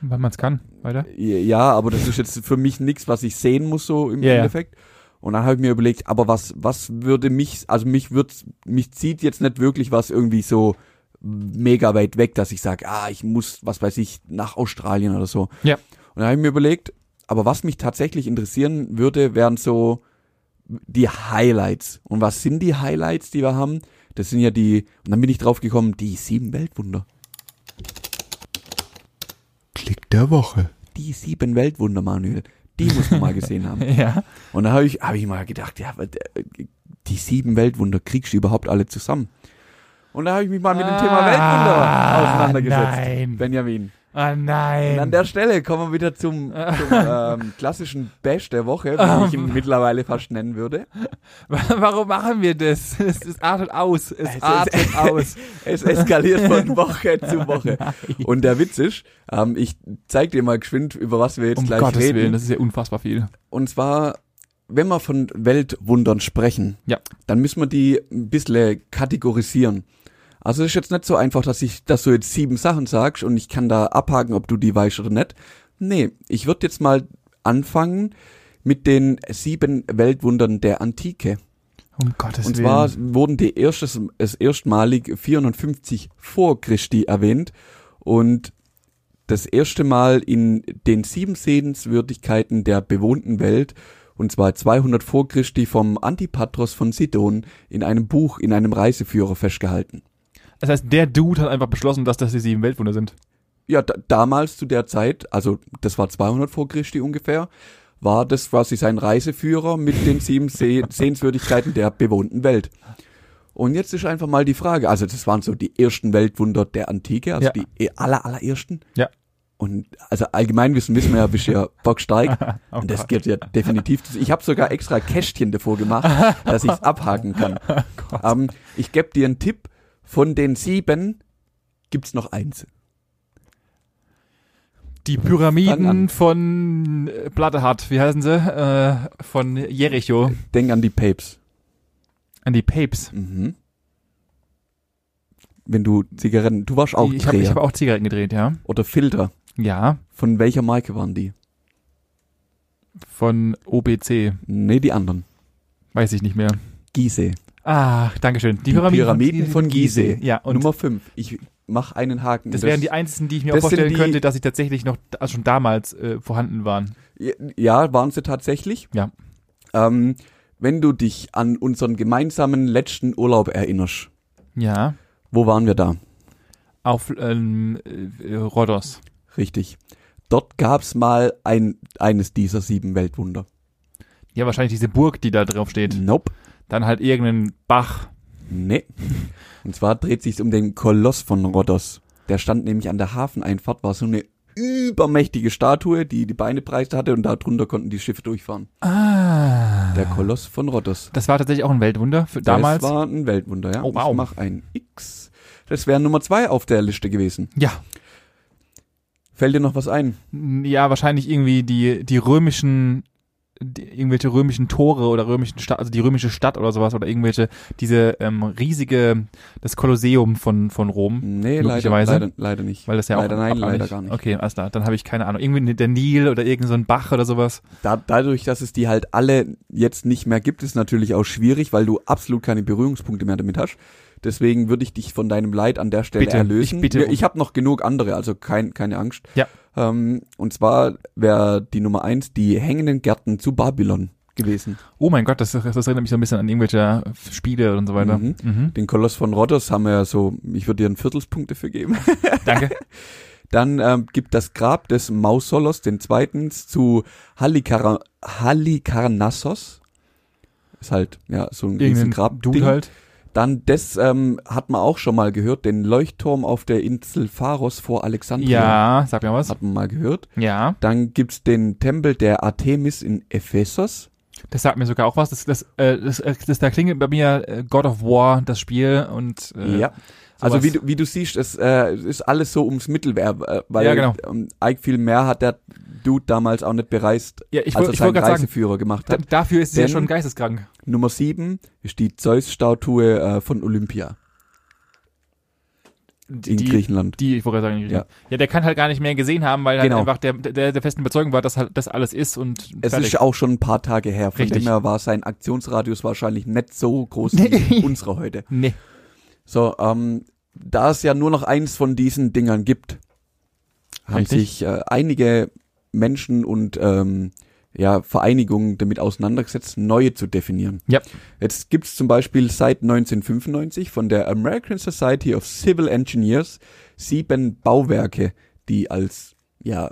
A: Weil man es kann. Weiter.
B: Ja, aber das ist jetzt für mich nichts, was ich sehen muss so im
A: Ja, ja.
B: Endeffekt. Und dann habe ich mir überlegt, aber was was würde mich, also mich wird mich zieht jetzt nicht wirklich was irgendwie so mega weit weg, dass ich sage, ah, ich muss, was weiß ich, nach Australien oder so.
A: Ja.
B: Und dann habe ich mir überlegt, aber was mich tatsächlich interessieren würde, wären so die Highlights. Und was sind die Highlights, die wir haben? Das sind ja die, und dann bin ich drauf gekommen, die sieben Weltwunder.
C: Klick der Woche.
B: Die sieben Weltwunder, Manuel. Die muss man mal gesehen haben.
A: Ja.
B: Und da habe ich, hab ich mal gedacht, ja, aber der- die sieben Weltwunder kriegst du überhaupt alle zusammen. Und da habe ich mich mal mit dem Thema Weltwunder auseinandergesetzt.
A: Ah, Nein.
B: Benjamin.
A: Ah, nein.
B: Und an der Stelle kommen wir wieder zum, zum ähm, klassischen Bash der Woche,
A: Ähm.
B: wie ich ihn mittlerweile fast nennen würde.
A: Warum machen wir das? Es, es artet aus. Es, artet aus.
B: Es eskaliert von Woche zu Woche. Und der Witz ist, ähm, ich zeig dir mal geschwind, über was wir jetzt
A: Um
B: gleich
A: Gottes
B: reden.
A: Willen, das ist ja unfassbar viel.
B: Und zwar, wenn wir von Weltwundern sprechen,
A: Ja.
B: dann müssen wir die ein bisschen kategorisieren. Also es ist jetzt nicht so einfach, dass ich, dass du jetzt sieben Sachen sagst und ich kann da abhaken, ob du die weißt oder nicht. Nee, ich würde jetzt mal anfangen mit den sieben Weltwundern der Antike.
A: Um Gottes
B: Und
A: Willen.
B: zwar wurden die erstes, es erstmalig 450 vor Christi erwähnt und das erste Mal in den sieben Sehenswürdigkeiten der bewohnten Welt und zwar 200 vor Christi vom Antipatros von Sidon in einem Buch in einem Reiseführer festgehalten.
A: das heißt, der Dude hat einfach beschlossen, dass das die sieben Weltwunder sind.
B: Ja, da, damals zu der Zeit, also das war 200 vor Christi ungefähr, war das quasi sein Reiseführer mit den sieben Se Sehenswürdigkeiten der bewohnten Welt. Und jetzt ist einfach mal die Frage, also das waren so die ersten Weltwunder der Antike, also
A: Ja.
B: die eh- aller, allerersten.
A: Ja.
B: Und also Allgemeinwissen wissen wir ja, bist ja bockstark.
A: Oh
B: Und das
A: Gott.
B: geht ja definitiv. Ich habe sogar extra Kästchen davor gemacht, dass ich es abhaken kann.
A: Oh
B: Ähm, ich gebe dir einen Tipp, von den sieben gibt's noch eins.
A: Die
B: Fang an.
A: Pyramiden von äh, Plattehard, wie heißen sie? Äh, von Jericho.
B: Denk an die Papes.
A: An die Papes.
B: Mhm. Wenn du Zigaretten, du warst auch
A: ich habe
B: Dreher
A: hab auch Zigaretten gedreht, ja.
B: oder Filter.
A: Ja,
B: Von welcher Marke waren die?
A: von OBC.
B: Nee, die anderen.
A: Weiß ich nicht mehr.
B: Gizeh.
A: Ah, Dankeschön. Die,
B: Pyramiden von Gizeh.
A: Ja, und
B: Nummer 5. Ich mach einen Haken.
A: das wären die einzigen, die ich mir auch
B: das sind
A: vorstellen
B: die-
A: könnte, dass sie tatsächlich noch da- schon damals äh, vorhanden waren.
B: Ja, waren sie tatsächlich.
A: Ja.
B: Ähm, wenn du dich an unseren gemeinsamen letzten Urlaub erinnerst,
A: Ja,
B: wo waren wir da?
A: auf ähm, äh, Rhodos.
B: Richtig. Dort gab's mal ein, eines dieser sieben Weltwunder.
A: Ja, wahrscheinlich diese Burg, die da drauf steht.
B: Nope.
A: Dann halt irgendein Bach.
B: Nee. Und zwar dreht sich's um den Koloss von Rhodos. Der stand nämlich an der Hafeneinfahrt, war so eine übermächtige Statue, die die Beine breit hatte und darunter konnten die Schiffe durchfahren.
A: Ah.
B: Der Koloss von Rhodos.
A: Das war tatsächlich auch ein Weltwunder für damals.
B: Das war ein Weltwunder, ja.
A: Oh, wow.
B: Ich mach ein X. Das wäre Nummer zwei auf der Liste gewesen.
A: ja.
B: Fällt dir noch was ein?
A: Ja, wahrscheinlich irgendwie die, die römischen, die, irgendwelche römischen Tore oder römischen Stadt, also die römische Stadt oder sowas oder irgendwelche, diese ähm, riesige, das Kolosseum von, von Rom,
B: Nee, leider,
A: Möglicherweise.
B: leider, leider nicht.
A: weil das ja
B: Leider
A: auch.
B: nein,
A: abhängig-
B: leider gar nicht.
A: Okay, alles klar, dann habe ich keine Ahnung. Irgendwie ne, der Nil oder irgend so ein Bach oder sowas.
B: Da, dadurch, dass es die halt alle jetzt nicht mehr gibt, ist natürlich auch schwierig, weil du absolut keine Berührungspunkte mehr damit hast. Deswegen würde ich dich von deinem Leid an der Stelle
A: Bitte,
B: erlösen.
A: ich bitte
B: Ja,
A: um-
B: ich habe noch genug andere, also kein, keine Angst.
A: Ja.
B: Ähm, und zwar wäre die Nummer eins die hängenden Gärten zu Babylon gewesen.
A: Oh mein Gott, das, das erinnert mich so ein bisschen an irgendwelche äh, Spiele und so weiter.
B: Mhm.
A: Mhm.
B: Den Koloss von Rhodos haben wir ja so, ich würde dir einen Viertelspunkt dafür geben.
A: Danke.
B: Dann ähm, gibt das Grab des Mausolos den zweitens zu Halikara Halikarnassos. Ist halt, ja, so ein riesen
A: Irgendein
B: Grab.
A: Dude halt.
B: Dann das ähm, hat man auch schon mal gehört, den Leuchtturm auf der Insel Pharos vor Alexandria.
A: Ja, sag mir was.
B: Hat man mal gehört.
A: Ja,
B: Dann gibt's den Tempel der Artemis in Ephesos.
A: das sagt mir sogar auch was. Das, das, äh, das, äh, das da klingelt bei mir äh, God of War, das Spiel und äh,
B: ja. Also
A: sowas.
B: wie du, wie du siehst, es äh, ist alles so ums Mittelmeer, äh, weil
A: Ja, genau.
B: ähm, eigentlich viel mehr hat der Dude damals auch nicht bereist,
A: Ja, ich wollte ich
B: als er
A: wollt
B: seinen
A: gerade sagen,
B: Reiseführer gemacht
A: da,
B: hat.
A: dafür ist sie ja
B: Denn-
A: schon geisteskrank.
B: Nummer sieben ist die Zeus-Statue äh, von Olympia in
A: die,
B: Griechenland.
A: die, ich wollte gerade sagen, in Griechenland. Ja. der kann halt gar nicht mehr gesehen haben, weil
B: Genau.
A: halt einfach der, der, der festen Überzeugung war, dass halt das alles ist und
B: Es ist auch schon ein paar Tage her. Von
A: Richtig.
B: dem her war sein Aktionsradius wahrscheinlich nicht so groß
A: Nee.
B: wie unsere heute.
A: nee.
B: So, ähm, da es ja nur noch eins von diesen Dingern gibt, haben
A: Richtig.
B: sich äh, einige Menschen und ähm, ja, Vereinigungen damit auseinandergesetzt, neue zu definieren.
A: Ja.
B: Jetzt gibt's zum Beispiel seit 1995 von der American Society of Civil Engineers sieben Bauwerke, die als, ja,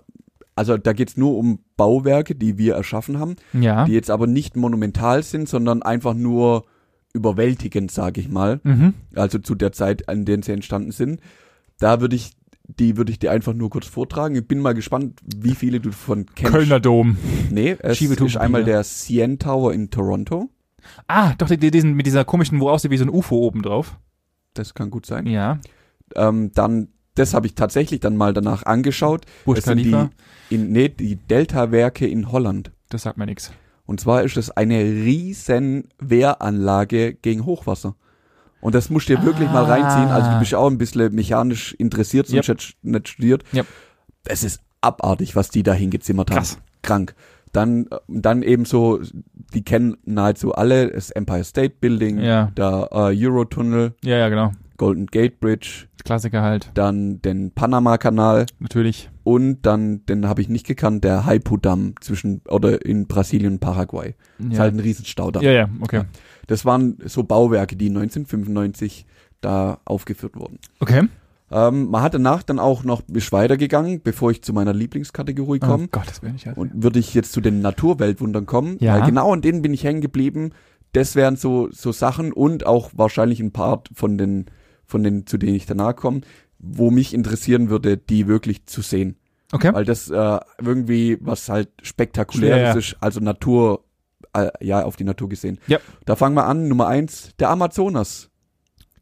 B: also da geht's nur um Bauwerke, die wir erschaffen haben,
A: Ja.
B: die jetzt aber nicht monumental sind, sondern einfach nur überwältigend, sage ich mal
A: mhm.
B: also zu der Zeit, an der sie entstanden sind. Da würde ich, die würde ich dir einfach nur kurz vortragen. Ich bin mal gespannt, wie viele du davon kennst.
A: Kölner Dom.
B: Nee, es
A: Schiebetuben-
B: ist einmal der CN Tower in Toronto.
A: Ah, doch, die, die, diesen, mit dieser komischen, wo aussieht wie so ein UFO oben drauf.
B: Das kann gut sein.
A: Ja.
B: Ähm, dann, das habe ich tatsächlich dann mal danach angeschaut.
A: Burj
B: Das sind
A: Khalifa,
B: die, in, nee, die Delta-Werke in Holland.
A: das sagt mir nichts.
B: Und zwar ist es eine riesen Wehranlage gegen Hochwasser. Und das musst du dir wirklich mal
A: Ah.
B: reinziehen. Also du bist ja auch ein bisschen mechanisch interessiert, sonst
A: Yep.
B: hättest du nicht studiert.
A: Yep.
B: Es ist abartig, was die da hingezimmert haben.
A: Krass.
B: Krank. Dann, äh, dann eben so, die kennen nahezu alle, das Empire State Building,
A: Ja,
B: der äh, Eurotunnel,
A: ja, ja, genau.
B: Golden Gate Bridge,
A: Klassiker halt,
B: dann den Panama-Kanal
A: natürlich.
B: und dann, den habe ich nicht gekannt, der Haipu-Damm zwischen, oder in Brasilien und Paraguay. Ist
A: Ja,
B: halt ein Riesenstaudamm.
A: ja, ja okay.
B: Das waren so Bauwerke, die 1995 da aufgeführt wurden.
A: Okay.
B: Ähm, man hat danach dann auch noch bis weitergegangen, bevor ich zu meiner Lieblingskategorie komme.
A: Oh Gott, das wäre nicht halt.
B: Und würde ich jetzt zu den Naturweltwundern kommen,
A: Ja.
B: weil genau an denen bin ich hängen geblieben. Das wären so, so Sachen und auch wahrscheinlich ein Part von den, von den, zu denen ich danach komme, wo mich interessieren würde, die wirklich zu sehen.
A: Okay.
B: Weil das äh, irgendwie was halt spektakuläres
A: Ja, ja.
B: ist, also Natur, äh, ja, auf die Natur gesehen.
A: Ja.
B: Da fangen wir an, Nummer eins, der Amazonas.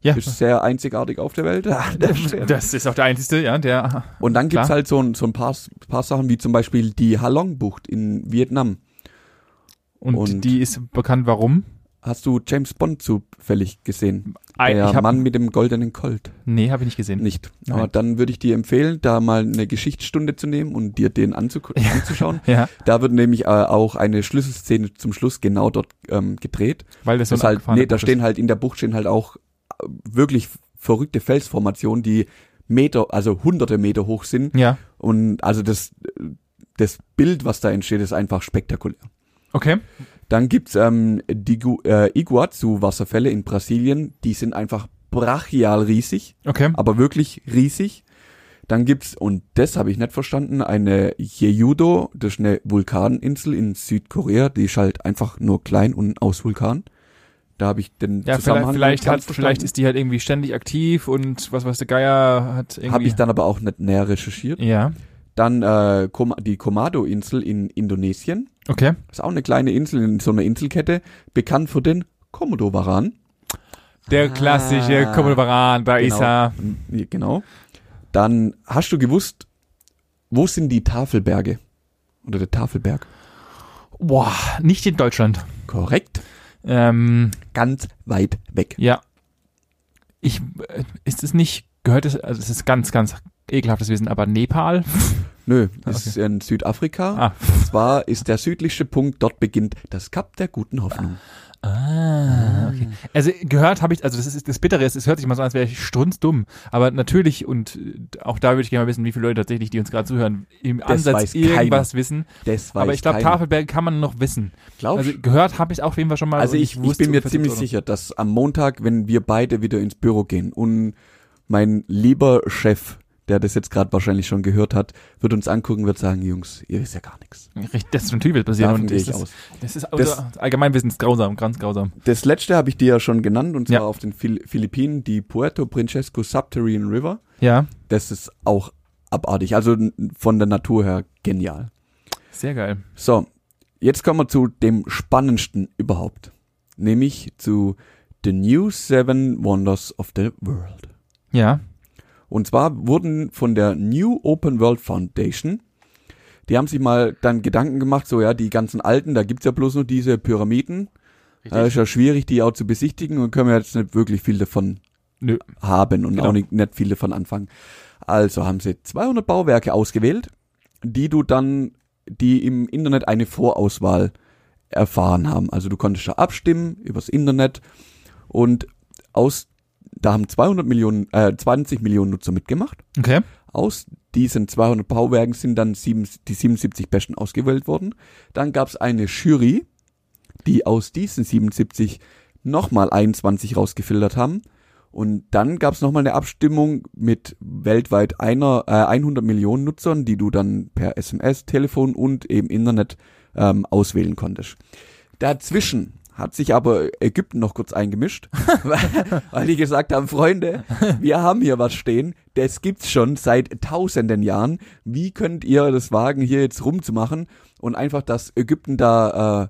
A: Ja.
B: Ist sehr einzigartig auf der Welt.
A: Das ist auch der einzige, ja, der.
B: Und dann gibt's
A: Klar.
B: halt so ein, so ein paar, paar Sachen, wie zum Beispiel die Halong-Bucht in Vietnam.
A: Und,
B: Und-
A: die ist bekannt, warum?
B: Hast du James Bond zufällig gesehen?
A: Ein,
B: der
A: ich hab,
B: Mann mit dem goldenen Colt.
A: nee, habe ich nicht gesehen.
B: Nicht.
A: Nein.
B: Aber dann würde ich dir empfehlen, da mal eine Geschichtsstunde zu nehmen und dir den anzugu- anzuschauen.
A: Ja,
B: Da wird nämlich äh, auch eine Schlüsselszene zum Schluss genau dort ähm, gedreht.
A: weil das so
B: Das
A: ein
B: halt,
A: abgefahrener
B: nee, da
A: Buch
B: stehen halt in der Bucht stehen halt auch äh, wirklich verrückte Felsformationen, die Meter, also hunderte Meter hoch sind.
A: ist. Ja,
B: Und also das, das Bild, was da entsteht, ist einfach spektakulär.
A: okay.
B: Dann gibt's ähm, die Gu- äh, Iguazu-Wasserfälle in Brasilien. Die sind einfach brachial riesig,
A: Okay.
B: aber wirklich riesig. Dann gibt's und das habe ich nicht verstanden, eine Jejudo, das ist eine Vulkaninsel in Südkorea. Die ist halt einfach nur klein und aus Vulkan. Da habe ich den
A: Ja, vielleicht,
B: Zusammenhang
A: vielleicht,
B: nicht ganz
A: hat, vielleicht ist die halt irgendwie ständig aktiv und was weiß der Geier hat irgendwie.
B: Habe ich dann aber auch nicht näher recherchiert.
A: ja,
B: Dann äh, Kom die Komado-Insel in Indonesien.
A: okay.
B: Ist auch eine kleine Insel in so einer Inselkette, bekannt für den Komodo-Waran.
A: Der
B: Ah.
A: klassische Komodowaran, da
B: Genau.
A: ist er.
B: Ja, Genau. Dann hast du gewusst, wo sind die Tafelberge? Oder der Tafelberg.
A: Boah, nicht in Deutschland.
B: Korrekt.
A: Ähm,
B: Ganz weit weg.
A: ja. Ich, äh, ist es nicht, gehört es, also es ist ganz, ganz ekelhaftes Wissen, aber Nepal?
B: Nö, das ist in Südafrika.
A: Ah.
B: Und zwar ist der südlichste Punkt, dort beginnt das Kap der guten Hoffnung.
A: Ah, okay. Also gehört habe ich, also das ist das Bittere ist, es hört sich mal so an, als wäre ich strunzdumm. Aber natürlich, und äh, auch da würde ich gerne mal wissen, wie viele Leute tatsächlich, die uns gerade zuhören, im
B: weiß
A: Ansatz
B: keiner.
A: irgendwas wissen.
B: Das weiß
A: aber ich glaube,
B: keiner.
A: Tafelberg kann man noch wissen.
B: Glaubst
A: Also gehört habe ich auf jeden Fall schon mal.
B: Also
A: und
B: ich, ich
A: wusste
B: bin mir
A: ungefähr
B: ziemlich
A: so.
B: sicher, dass am Montag, wenn wir beide wieder ins Büro gehen und mein lieber Chef, der das jetzt gerade wahrscheinlich schon gehört hat, wird uns angucken, wird sagen, Jungs, ihr wisst ja gar nichts.
A: Richtig, Das ist natürlich passieren.
B: Davon
A: Und
B: gehe
A: das,
B: ich
A: ist,
B: aus.
A: das ist das Allgemeinwissen ist grausam, ganz grausam.
B: Das letzte habe ich dir ja schon genannt, und zwar
A: Ja.
B: auf den Phil Philippinen, die Puerto Princesco Subterranean River.
A: Ja,
B: Das ist auch abartig, also n- von der Natur her genial.
A: sehr geil.
B: So, jetzt kommen wir zu dem spannendsten überhaupt, nämlich zu The New Seven Wonders of the World.
A: Ja,
B: Und zwar wurden von der New Open World Foundation, die haben sich mal dann Gedanken gemacht, so ja, die ganzen alten, da gibt's ja bloß nur diese Pyramiden. Äh, ist ja schwierig, die auch zu besichtigen und können wir jetzt nicht wirklich viel davon
A: Nö.
B: haben und
A: Genau.
B: auch nicht, nicht viel davon anfangen. Also haben sie 200 Bauwerke ausgewählt, die du dann, die im Internet eine Vorauswahl erfahren haben. Also du konntest da abstimmen übers Internet und aus, da haben 200 Millionen, äh, 20 Millionen Nutzer mitgemacht.
A: Okay.
B: Aus diesen 200 Bauwerken sind dann sieben, die 77 besten ausgewählt worden. Dann gab es eine Jury, die aus diesen 77 nochmal 21 rausgefiltert haben. Und dann gab es nochmal eine Abstimmung mit weltweit einer, äh, 100 Millionen Nutzern, die du dann per SMS, Telefon und eben Internet ähm, auswählen konntest. Dazwischen hat sich aber Ägypten noch kurz eingemischt, weil, weil die gesagt haben, Freunde, wir haben hier was stehen, das gibt's schon seit tausenden Jahren. Wie könnt ihr das wagen, hier jetzt rumzumachen und einfach, dass Ägypten da äh,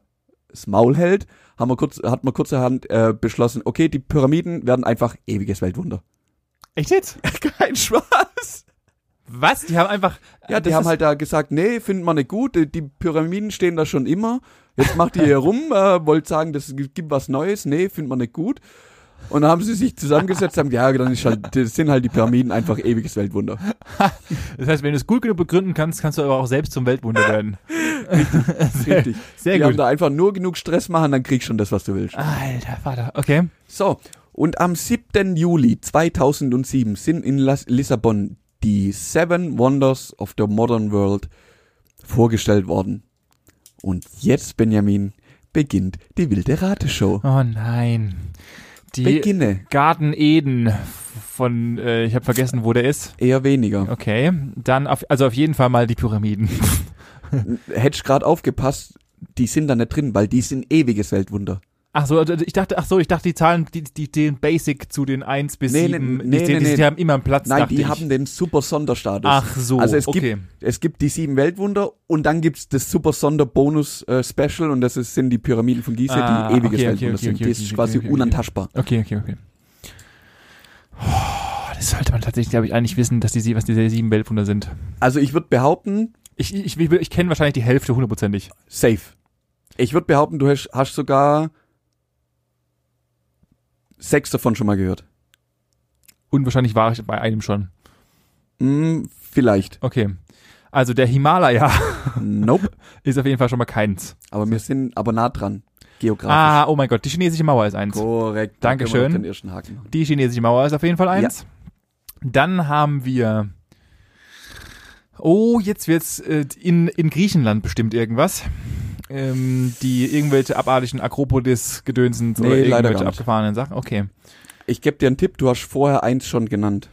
B: das Maul hält, haben wir kurz, hat man kurzerhand äh, beschlossen, okay, die Pyramiden werden einfach ewiges Weltwunder.
A: Echt jetzt?
B: Kein Spaß.
A: Was? Die haben einfach.
B: Ja, die
A: Äh, das
B: haben
A: ist-
B: halt da gesagt, nee, finden wir nicht gut, die- die Pyramiden stehen da schon immer, jetzt macht ihr hier rum, äh, wollt sagen, das gibt gibt was Neues, nee, finden wir nicht gut. Und dann haben sie sich zusammengesetzt und haben, ja, dann ist halt, das sind halt die Pyramiden einfach ewiges Weltwunder.
A: Das heißt, wenn du es gut genug begründen kannst, kannst du aber auch selbst zum Weltwunder werden.
B: Richtig.
A: Sehr
B: die haben
A: gut. Ah.
B: da einfach nur genug Stress machen, dann kriegst du schon das, was du willst.
A: Alter Vater. Okay.
B: So, und am 7. Juli 2007 sind in Las Lissabon die Seven Wonders of the Modern World vorgestellt worden. Und jetzt, Benjamin, beginnt die wilde Rateshow.
A: Oh nein. Die
B: Beginne.
A: Garten Eden von, äh, ich habe vergessen, wo der ist.
B: Eher weniger.
A: Okay. Dann, auf, also auf jeden Fall mal die Pyramiden.
B: Hättest gerade aufgepasst, die sind da nicht drin, weil die sind ewiges Weltwunder.
A: Ach so, also ich dachte, ach so, ich dachte, die Zahlen, die, die, den Basic zu den 1 bis
B: Nee, nee,
A: 7, die,
B: nee,
A: die,
B: nee,
A: die,
B: nee.
A: haben immer einen Platz,
B: Nein,
A: dachte
B: die
A: ich.
B: haben den super Sonderstatus.
A: ach so,
B: also es
A: okay.
B: Es gibt die sieben Weltwunder und dann gibt's das super Sonder-Bonus-Special und das ist, sind die Pyramiden von Gizeh,
A: Ah,
B: die ewiges
A: okay, okay,
B: Weltwunder
A: okay,
B: sind.
A: okay,
B: die
A: okay,
B: ist quasi
A: okay, okay,
B: unantastbar.
A: Okay, okay, okay. Oh, das sollte man tatsächlich, glaube ich, eigentlich wissen, dass die, sie- was diese sieben Weltwunder sind.
B: Also ich würde behaupten,
A: Ich, ich, ich, ich kenne wahrscheinlich die Hälfte hundertprozentig.
B: safe. Ich würde behaupten, du hast, hast sogar sechs davon schon mal gehört.
A: Und wahrscheinlich war ich bei einem schon.
B: Hm, vielleicht.
A: Okay. Also der Himalaya
B: Nope.
A: ist auf jeden Fall schon mal keins.
B: Aber wir sind aber nah dran. Geografisch.
A: Ah, oh mein Gott, die chinesische Mauer ist eins.
B: Korrekt. Da
A: Dankeschön.
B: können wir noch Den ersten Haken machen.
A: Die chinesische Mauer ist auf jeden Fall eins. Dann haben wir. Oh, jetzt wird's äh, in, in Griechenland bestimmt irgendwas. Ähm, die irgendwelche abartigen Akropolis-Gedönsens
B: Nee,
A: oder
B: leider
A: irgendwelche
B: gar nicht.
A: abgefahrenen Sachen. Okay.
B: Ich gebe dir einen Tipp, du hast vorher eins schon genannt.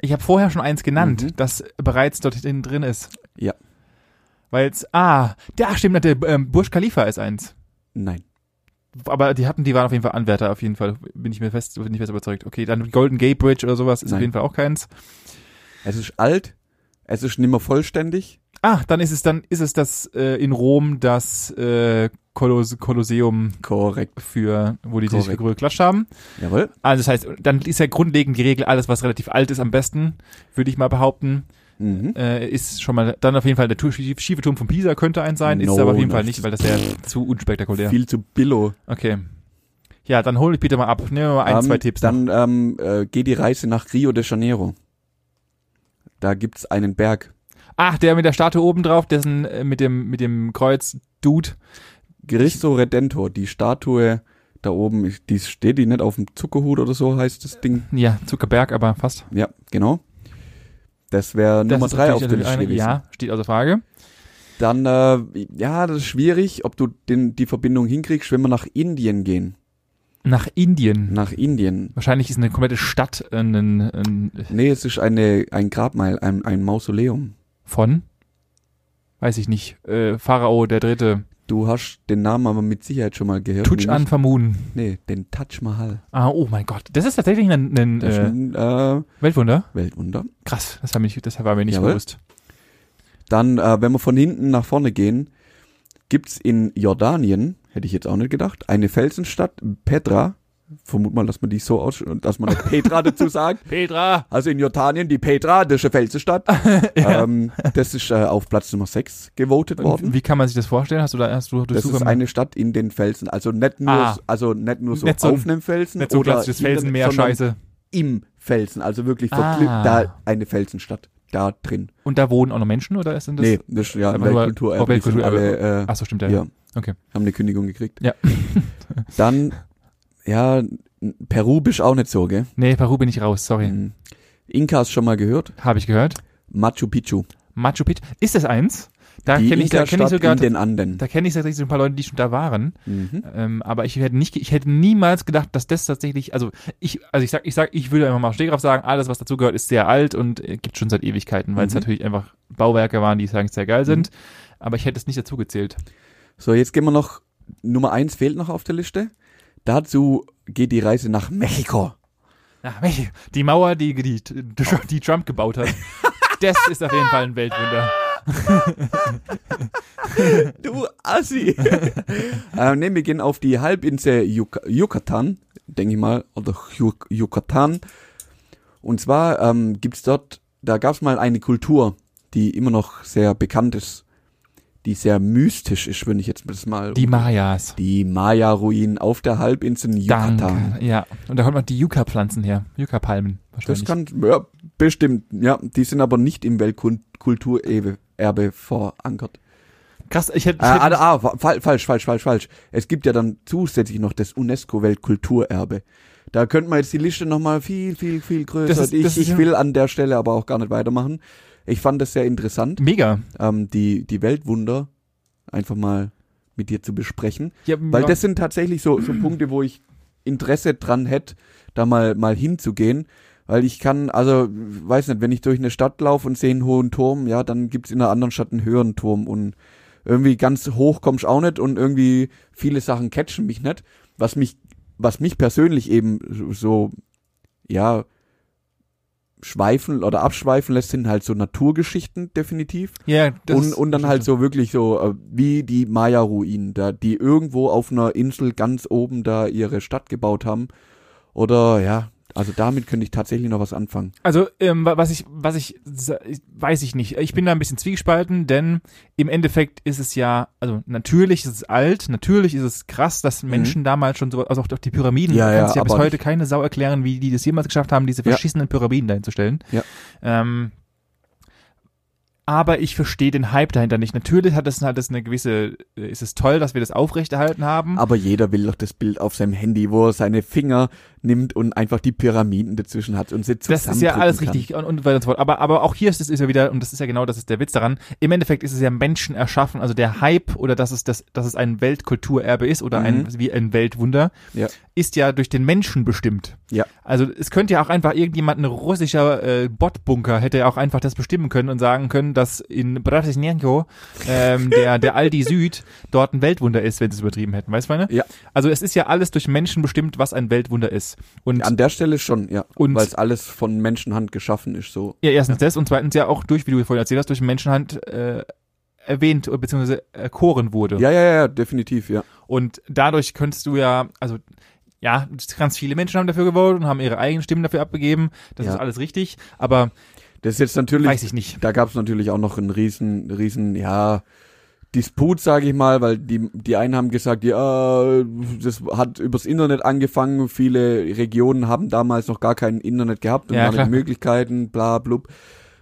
A: Ich habe vorher schon eins genannt,
B: Mhm.
A: das bereits dort hinten drin ist.
B: Ja.
A: Weil's, ah, da stimmt, der ähm, Burj Khalifa ist eins.
B: Nein.
A: Aber die hatten, die waren auf jeden Fall Anwärter, auf jeden Fall. Bin ich mir fest, bin ich fest überzeugt. Okay, dann Golden Gate Bridge oder sowas ist auf
B: Nein.
A: jeden Fall auch keins.
B: Es ist alt. Es ist nimmer vollständig.
A: Ah, dann ist es dann ist es das äh, in Rom das äh, Kolose Kolosseum
B: Korrekt.
A: für wo die sich
B: Korrekt.
A: Figur geklatscht haben.
B: Jawohl.
A: Also das heißt, dann ist ja grundlegend die Regel alles was relativ alt ist am besten, würde ich mal behaupten.
B: Mhm.
A: Äh, ist schon mal dann auf jeden Fall der Tu- schie- schiefe Turm von Pisa könnte ein sein, ist
B: No,
A: aber auf jeden
B: no.
A: Fall nicht, weil das wäre zu unspektakulär.
B: Viel zu billo.
A: Okay. Ja, dann hol ich bitte mal ab. Nehmen wir mal ein,
B: Ähm,
A: zwei Tipps. noch.
B: Dann ähm, äh, geh die Reise nach Rio de Janeiro. Da gibt's einen Berg.
A: Ach, der mit der Statue oben drauf, dessen äh, mit dem mit dem Kreuz Dude.
B: Cristo Redentor, die Statue da oben, ich- die steht die nicht auf dem Zuckerhut oder so heißt das Ding.
A: Ja, Zuckerberg, aber fast.
B: Ja, genau. Das wäre
A: Das
B: Nummer
A: ist
B: drei auf
A: natürlich
B: der Liste
A: eine-
B: gewesen.
A: Ja, steht außer Frage.
B: Dann, äh, ja, das ist schwierig, ob du den, die Verbindung hinkriegst, wenn wir nach Indien gehen.
A: Nach Indien.
B: Nach Indien.
A: Wahrscheinlich ist eine komplette Stadt äh, ein, ein,
B: Nee, es ist eine, ein Grabmal, ein, ein Mausoleum.
A: von, weiß ich nicht, äh, Pharao der Dritte,
B: Du hast den Namen aber mit Sicherheit schon mal gehört. nämlich-
A: Tutanchamun.
B: Nee, den Taj Mahal.
A: Ah, oh mein Gott, das ist tatsächlich ein, ein
B: Das ist
A: äh,
B: ein äh,
A: Weltwunder.
B: Weltwunder.
A: Krass, das, hab ich, das war mir nicht
B: Jawohl.
A: bewusst.
B: Dann, äh, wenn wir von hinten nach vorne gehen, gibt's in Jordanien, hätte ich jetzt auch nicht gedacht, eine Felsenstadt, Petra. Vermut mal, dass man die so aus, dass man auch Petra dazu sagt.
A: Petra!
B: Also in Jordanien die Petra, das ist eine Felsenstadt. ähm, das ist äh, auf Platz Nummer 6 gewotet worden.
A: Wie kann man sich das vorstellen? Hast du da hast du, du
B: Das ist eine Stadt in den Felsen, also nicht nur,
A: Ah.
B: also nicht nur so,
A: Nicht so ein-
B: auf einem Felsen
A: nicht so
B: oder
A: klassisches
B: hinter- sondern
A: Felsenmeer-Scheiße.
B: im Felsen, also wirklich
A: Ah.
B: verkli- da eine Felsenstadt da drin.
A: Und da wohnen auch noch Menschen oder ist denn das?
B: nee, das ist ja
A: aber nur-
B: Weltkulturerbe.
A: auch Weltkulturerbe.
B: die sind Alle, äh,
A: Ach so, stimmt ja.
B: ja.
A: Okay.
B: Haben eine Kündigung gekriegt.
A: Ja.
B: Dann, ja, Peru bist auch nicht so, gell?
A: Nee, Peru bin ich raus, sorry.
B: Mhm. Inkas schon mal gehört?
A: Habe ich gehört.
B: Machu Picchu.
A: Machu Picchu. Ist das eins? Da
B: die
A: kenne ich, da Ah, kenn ich
B: Inka-Stadt
A: sogar
B: in den Anden.
A: Da kenne ich tatsächlich so ein paar Leute, die schon da waren.
B: Mhm.
A: Ähm, aber ich hätte nicht, ge- ich hätte niemals gedacht, dass das tatsächlich, also ich, also ich sag, ich sag, ich würde einfach mal auf Stehkraft sagen, alles, was dazugehört, ist sehr alt und äh, gibt schon seit Ewigkeiten, weil es
B: Mhm.
A: natürlich einfach Bauwerke waren, die sagen, sehr geil sind. Aber ich hätte es nicht dazu gezählt.
B: So, jetzt gehen wir noch, Nummer eins fehlt noch auf der Liste. Dazu geht die Reise nach Mexiko.
A: Ach, welche? Die Mauer, die, die, die, die Trump gebaut hat. Das ist auf jeden Fall ein Weltwunder.
B: Du Assi. äh, ne, wir gehen auf die Halbinsel Yuc Yucatan, denke ich mal, oder Yuc Yucatan. Und zwar ähm, gibt's dort, da gab's mal eine Kultur, die immer noch sehr bekannt ist. die sehr mystisch ist, wenn ich jetzt das mal.
A: Die Mayas.
B: Die Maya-Ruinen auf der Halbinsel Yucatan.
A: Danke. Ja. Und da holt man die Yucca-Pflanzen her. Yucca-Palmen wahrscheinlich.
B: Das kann, ja, bestimmt, ja. Die sind aber nicht im Weltkulturerbe Erbe verankert.
A: Krass, ich hätte.
B: Äh, ah, ah, fa- fa- falsch, falsch, falsch, falsch. Es gibt ja dann zusätzlich noch das UNESCO-Weltkulturerbe. Da könnte man jetzt die Liste nochmal viel, viel, viel größer.
A: Das ist-
B: ich,
A: das ist ja-
B: ich will an der Stelle aber auch gar nicht weitermachen. Ich fand das sehr interessant,
A: mega.
B: ähm, die, die Weltwunder einfach mal mit dir zu besprechen.
A: Ja,
B: Weil das sind tatsächlich so, so Punkte, wo ich Interesse dran hätte, da mal, mal hinzugehen. Weil ich kann, also, weiß nicht, wenn ich durch eine Stadt laufe und sehe einen hohen Turm, ja, dann gibt's in einer anderen Stadt einen höheren Turm und irgendwie ganz hoch kommst auch nicht und irgendwie viele Sachen catchen mich nicht. Was mich, was mich persönlich eben so- so, ja, schweifen oder abschweifen lässt, sind halt so Naturgeschichten definitiv
A: ja, das
B: und, und dann halt so wirklich so äh, wie die Maya-Ruinen, da, die irgendwo auf einer Insel ganz oben da ihre Stadt gebaut haben. Oder ja, also damit könnte ich tatsächlich noch was anfangen.
A: Also, ähm, wa- was ich, was ich, sa- ich- weiß ich nicht. Ich bin da ein bisschen zwiegespalten, denn im Endeffekt ist es ja, also natürlich ist es alt, natürlich ist es krass, dass Menschen damals schon so, also auch, auch die Pyramiden,
B: Mhm. Ja,
A: kann
B: ja,
A: sich ja bis
B: aber
A: heute keine Sau erklären, wie die das jemals geschafft haben, diese
B: Ja.
A: verschissenen Pyramiden dahin zu stellen.
B: Ja.
A: Ähm, aber ich verstehe den Hype dahinter nicht. Natürlich hat das halt das eine gewisse, äh, ist es toll, dass wir das aufrechterhalten haben.
B: Aber jeder will doch das Bild auf seinem Handy, wo er seine Finger nimmt und einfach die Pyramiden dazwischen hat und sie
A: Das ist ja alles richtig und, und weiter und so fort. Aber, aber auch hier ist es ist ja wieder, und das ist ja genau das ist der Witz daran, im Endeffekt ist es ja Menschen erschaffen, also der Hype oder dass es, das, dass es ein Weltkulturerbe ist oder ein,
B: Mhm.
A: wie ein Weltwunder,
B: Ja.
A: ist ja durch den Menschen bestimmt.
B: Ja.
A: Also es könnte ja auch einfach irgendjemand, ein russischer äh, Botbunker hätte ja auch einfach das bestimmen können und sagen können, dass in Bratislava ähm, der, der Aldi Süd dort ein Weltwunder ist, wenn sie es übertrieben hätten. Weißt du, meine?
B: Ja.
A: Also es ist ja alles durch Menschen bestimmt, was ein Weltwunder ist. Und
B: An der Stelle schon, ja.
A: Und-
B: Weil es alles von Menschenhand geschaffen ist, so.
A: Ja, erstens das und zweitens ja auch durch, wie du vorhin erzählt hast, durch Menschenhand äh, erwähnt bzw. erkoren wurde.
B: Ja, ja, ja, ja, definitiv, ja.
A: Und dadurch könntest du ja, also ja, ganz viele Menschen haben dafür gewotet und haben ihre eigenen Stimmen dafür abgegeben. Das
B: Ja.
A: ist alles richtig, aber
B: Das ist jetzt natürlich
A: weiß ich nicht.
B: Da gab's natürlich auch noch einen riesen, riesen, ja, Disput, sage ich mal, weil die, die einen haben gesagt, ja, das hat übers Internet angefangen, viele Regionen haben damals noch gar kein Internet gehabt und
A: Ja,
B: gar nicht
A: klar.
B: Möglichkeiten, bla blub.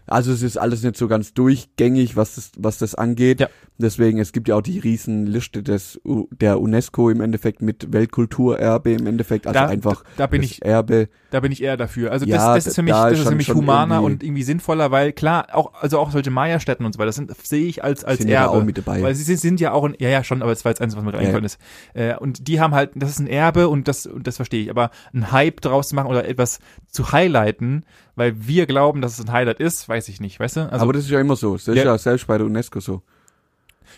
B: Also es ist alles nicht so ganz durchgängig, was das, was das angeht.
A: Ja.
B: Deswegen, es gibt ja auch die riesen Liste des, U- der UNESCO im Endeffekt mit Weltkulturerbe im Endeffekt, also
A: da,
B: einfach
A: da, da bin
B: das
A: ich,
B: Erbe.
A: da bin ich eher dafür. Also
B: Ja,
A: das, das ist für mich,
B: da
A: das ist
B: schon-
A: für mich
B: schon
A: humaner
B: irgendwie-
A: und irgendwie sinnvoller, weil klar, auch also auch solche Maya-Stätten und so weiter, das sind, sehe ich als als
B: sind ja da
A: Erbe.
B: auch mit dabei.
A: Weil sie sind, sind ja auch ein, ja, ja, schon, aber es war jetzt eins, was mir
B: Ja,
A: reingefallen ist. Äh, und die haben halt, das ist ein Erbe und das, und das verstehe ich. Aber ein Hype draus zu machen oder etwas zu highlighten, weil wir glauben, dass es ein Highlight ist, weiß ich nicht, weißt du? Also,
B: Aber das ist ja immer so. Das ist
A: Ja.
B: ja, selbst bei der UNESCO so.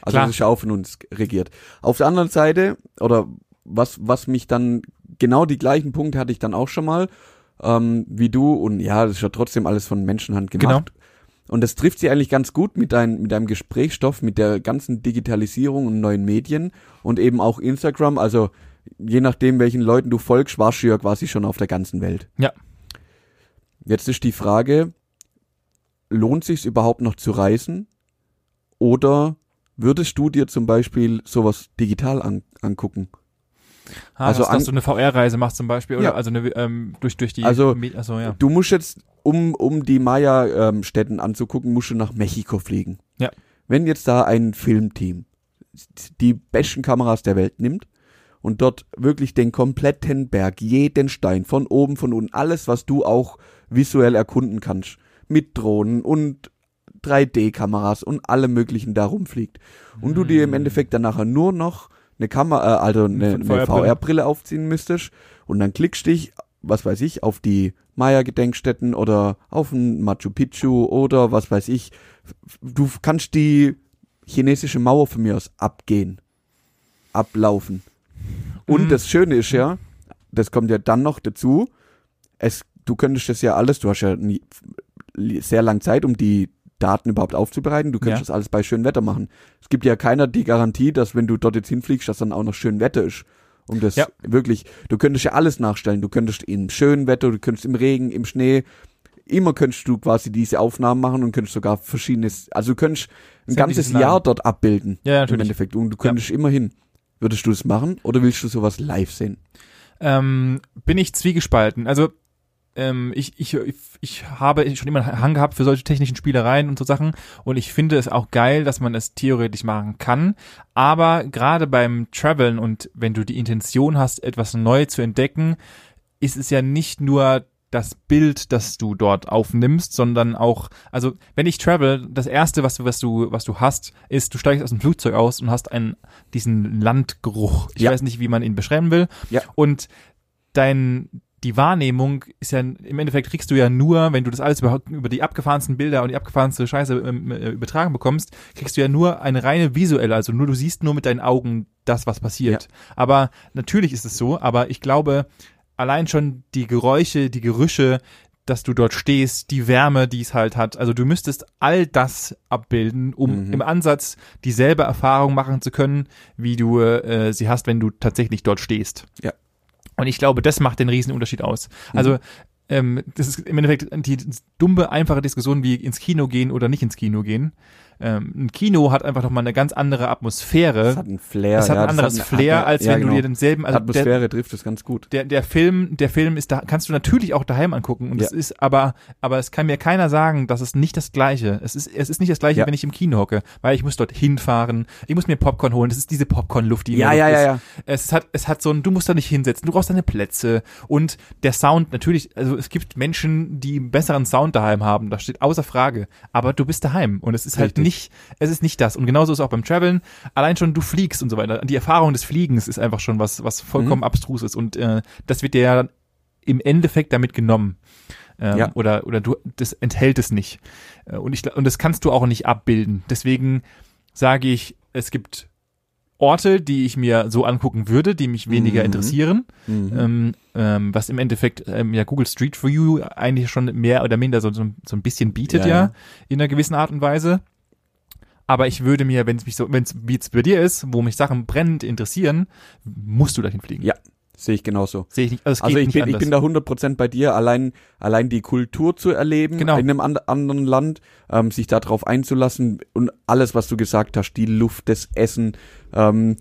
B: Also
A: Klar.
B: das ist ja auch von uns regiert. Auf der anderen Seite, oder was, was mich dann, genau die gleichen Punkte hatte ich dann auch schon mal, ähm, wie du, und ja, das ist ja trotzdem alles von Menschenhand gemacht. Genau. Und das trifft sie eigentlich ganz gut mit, dein, mit deinem Gesprächsstoff, mit der ganzen Digitalisierung und neuen Medien und eben auch Instagram. Also je nachdem, welchen Leuten du folgst, warst du ja quasi schon auf der ganzen Welt.
A: Ja.
B: Jetzt ist die Frage, lohnt sich's überhaupt noch zu reisen? Oder würdest du dir zum Beispiel sowas digital an, angucken?
A: ah,
B: also
A: dass, dass
B: an-
A: du eine VR-Reise machst zum Beispiel, oder
B: Ja.
A: also eine, ähm, durch, durch die,
B: Also-
A: Med- also, ja.
B: Du musst jetzt, um, um die Maya-Städten anzugucken, musst du nach Mexiko fliegen.
A: Ja.
B: Wenn jetzt da ein Filmteam die besten Kameras der Welt nimmt und dort wirklich den kompletten Berg, jeden Stein, von oben, von unten, alles, was du auch visuell erkunden kannst, mit Drohnen und 3D-Kameras und allem möglichen da rumfliegt. Und du
A: Mm.
B: dir im Endeffekt dann nachher nur noch eine Kamera, äh, also eine,
A: Eine
B: eine
A: VR-Brille.
B: VR-Brille aufziehen müsstest und dann klickst dich, was weiß ich, auf die Maya-Gedenkstätten oder auf ein Machu Picchu oder was weiß ich. Du kannst die chinesische Mauer von mir aus abgehen, ablaufen. Und
A: Mhm.
B: das Schöne ist ja, das kommt ja dann noch dazu, es, du könntest das ja alles, du hast ja nie, sehr lange Zeit, um die Daten überhaupt aufzubereiten. Du könntest
A: Ja.
B: das alles bei schönem Wetter machen. Es gibt ja keiner die Garantie, dass wenn du dort jetzt hinfliegst, dass dann auch noch schön Wetter ist. Um das
A: Ja.
B: wirklich, du könntest ja alles nachstellen. Du könntest im schönen Wetter, du könntest im Regen, im Schnee, immer könntest du quasi diese Aufnahmen machen und könntest sogar verschiedenes, also du könntest ein
A: Sämtliche
B: ganzes
A: Szenarien.
B: Jahr dort abbilden.
A: Ja,
B: Im
A: natürlich.
B: Endeffekt. Und du könntest immer hin. Würdest du es machen oder willst du sowas live sehen?
A: ähm, bin ich zwiegespalten. Also ähm, ich, ich, ich habe schon immer einen Hang gehabt für solche technischen Spielereien und so Sachen und ich finde es auch geil, dass man es theoretisch machen kann, aber gerade beim Traveln und wenn du die Intention hast, etwas neu zu entdecken, ist es ja nicht nur das Bild, das du dort aufnimmst, sondern auch, also wenn ich travel, das erste, was du, was du, was du hast, ist, du steigst aus dem Flugzeug aus und hast einen, diesen Landgeruch. Ich
B: Ja.
A: weiß nicht, wie man ihn beschreiben will.
B: Ja.
A: Und dein, die Wahrnehmung ist ja, im Endeffekt kriegst du ja nur, wenn du das alles überhaupt über die abgefahrensten Bilder und die abgefahrenste Scheiße ähm, äh, übertragen bekommst, kriegst du ja nur eine reine visuelle, also nur du siehst nur mit deinen Augen das, was passiert. Aber natürlich ist es so, aber ich glaube, allein schon die Geräusche, die Gerüche, dass du dort stehst, die Wärme, die es halt hat. Also du müsstest all das abbilden, um
B: Mhm.
A: im Ansatz dieselbe Erfahrung machen zu können, wie du äh, sie hast, wenn du tatsächlich dort stehst.
B: Ja.
A: Und ich glaube, das macht den riesen Unterschied aus.
B: Mhm.
A: Also ähm, das ist im Endeffekt die dumme, einfache Diskussion, wie ins Kino gehen oder nicht ins Kino gehen. Ähm, ein Kino hat einfach nochmal eine ganz andere
B: Das
A: Atmosphäre.
B: hat einen Flair.
A: Äh? Es hat
B: ja,
A: ein
B: das
A: anderes
B: eine
A: Flair,
B: Atmo-
A: als
B: ja,
A: wenn
B: genau.
A: du dir denselben, also der,
B: Atmosphäre trifft es ganz gut.
A: der, der Film, der Film ist da, kannst du natürlich auch daheim angucken und
B: Ja.
A: es ist, aber, aber es kann mir keiner sagen, dass es nicht das Gleiche. Es ist, es ist nicht das Gleiche,
B: Ja.
A: wenn ich im Kino hocke, weil ich muss dort hinfahren, ich muss mir Popcorn holen, das ist diese Popcorn-Luft, die in der Luft ist.
B: ja.
A: Es hat, es hat so ein, du musst da nicht hinsetzen, du brauchst deine Plätze und der Sound, natürlich, also es gibt Menschen, die einen besseren Sound daheim haben, das steht außer Frage, aber du bist daheim und es ist halt
B: Richtig.
A: nicht, es ist nicht das und genauso ist auch beim Traveln, allein schon du fliegst und so weiter, die Erfahrung des Fliegens ist einfach schon was, was vollkommen
B: Mhm.
A: abstrus ist und äh, das wird dir ja dann im Endeffekt damit genommen. Ähm,
B: Ja.
A: Oder, oder du, das enthält es nicht. Äh, Und ich, gl- und das kannst du auch nicht abbilden. Deswegen sage ich, es gibt Orte, die ich mir so angucken würde, die mich weniger
B: Mhm.
A: interessieren.
B: Mhm.
A: Ähm, ähm, was im Endeffekt ähm, ja Google Street View eigentlich schon mehr oder minder so, so, so ein bisschen bietet,
B: Ja,
A: ja,
B: ja.
A: in einer gewissen Art und Weise. Aber ich würde mir, wenn es mich so, wenn es wie es bei dir ist, wo mich Sachen brennend interessieren, musst du dahin fliegen.
B: Ja. Sehe ich genauso.
A: Sehe ich nicht. Also, es
B: Also
A: geht
B: ich
A: nicht
B: bin, ich
A: anders.
B: bin da 100% bei dir, allein, allein die Kultur zu erleben
A: Genau.
B: in einem and anderen Land, ähm, sich darauf einzulassen und alles, was du gesagt hast, die Luft, das Essen, ähm,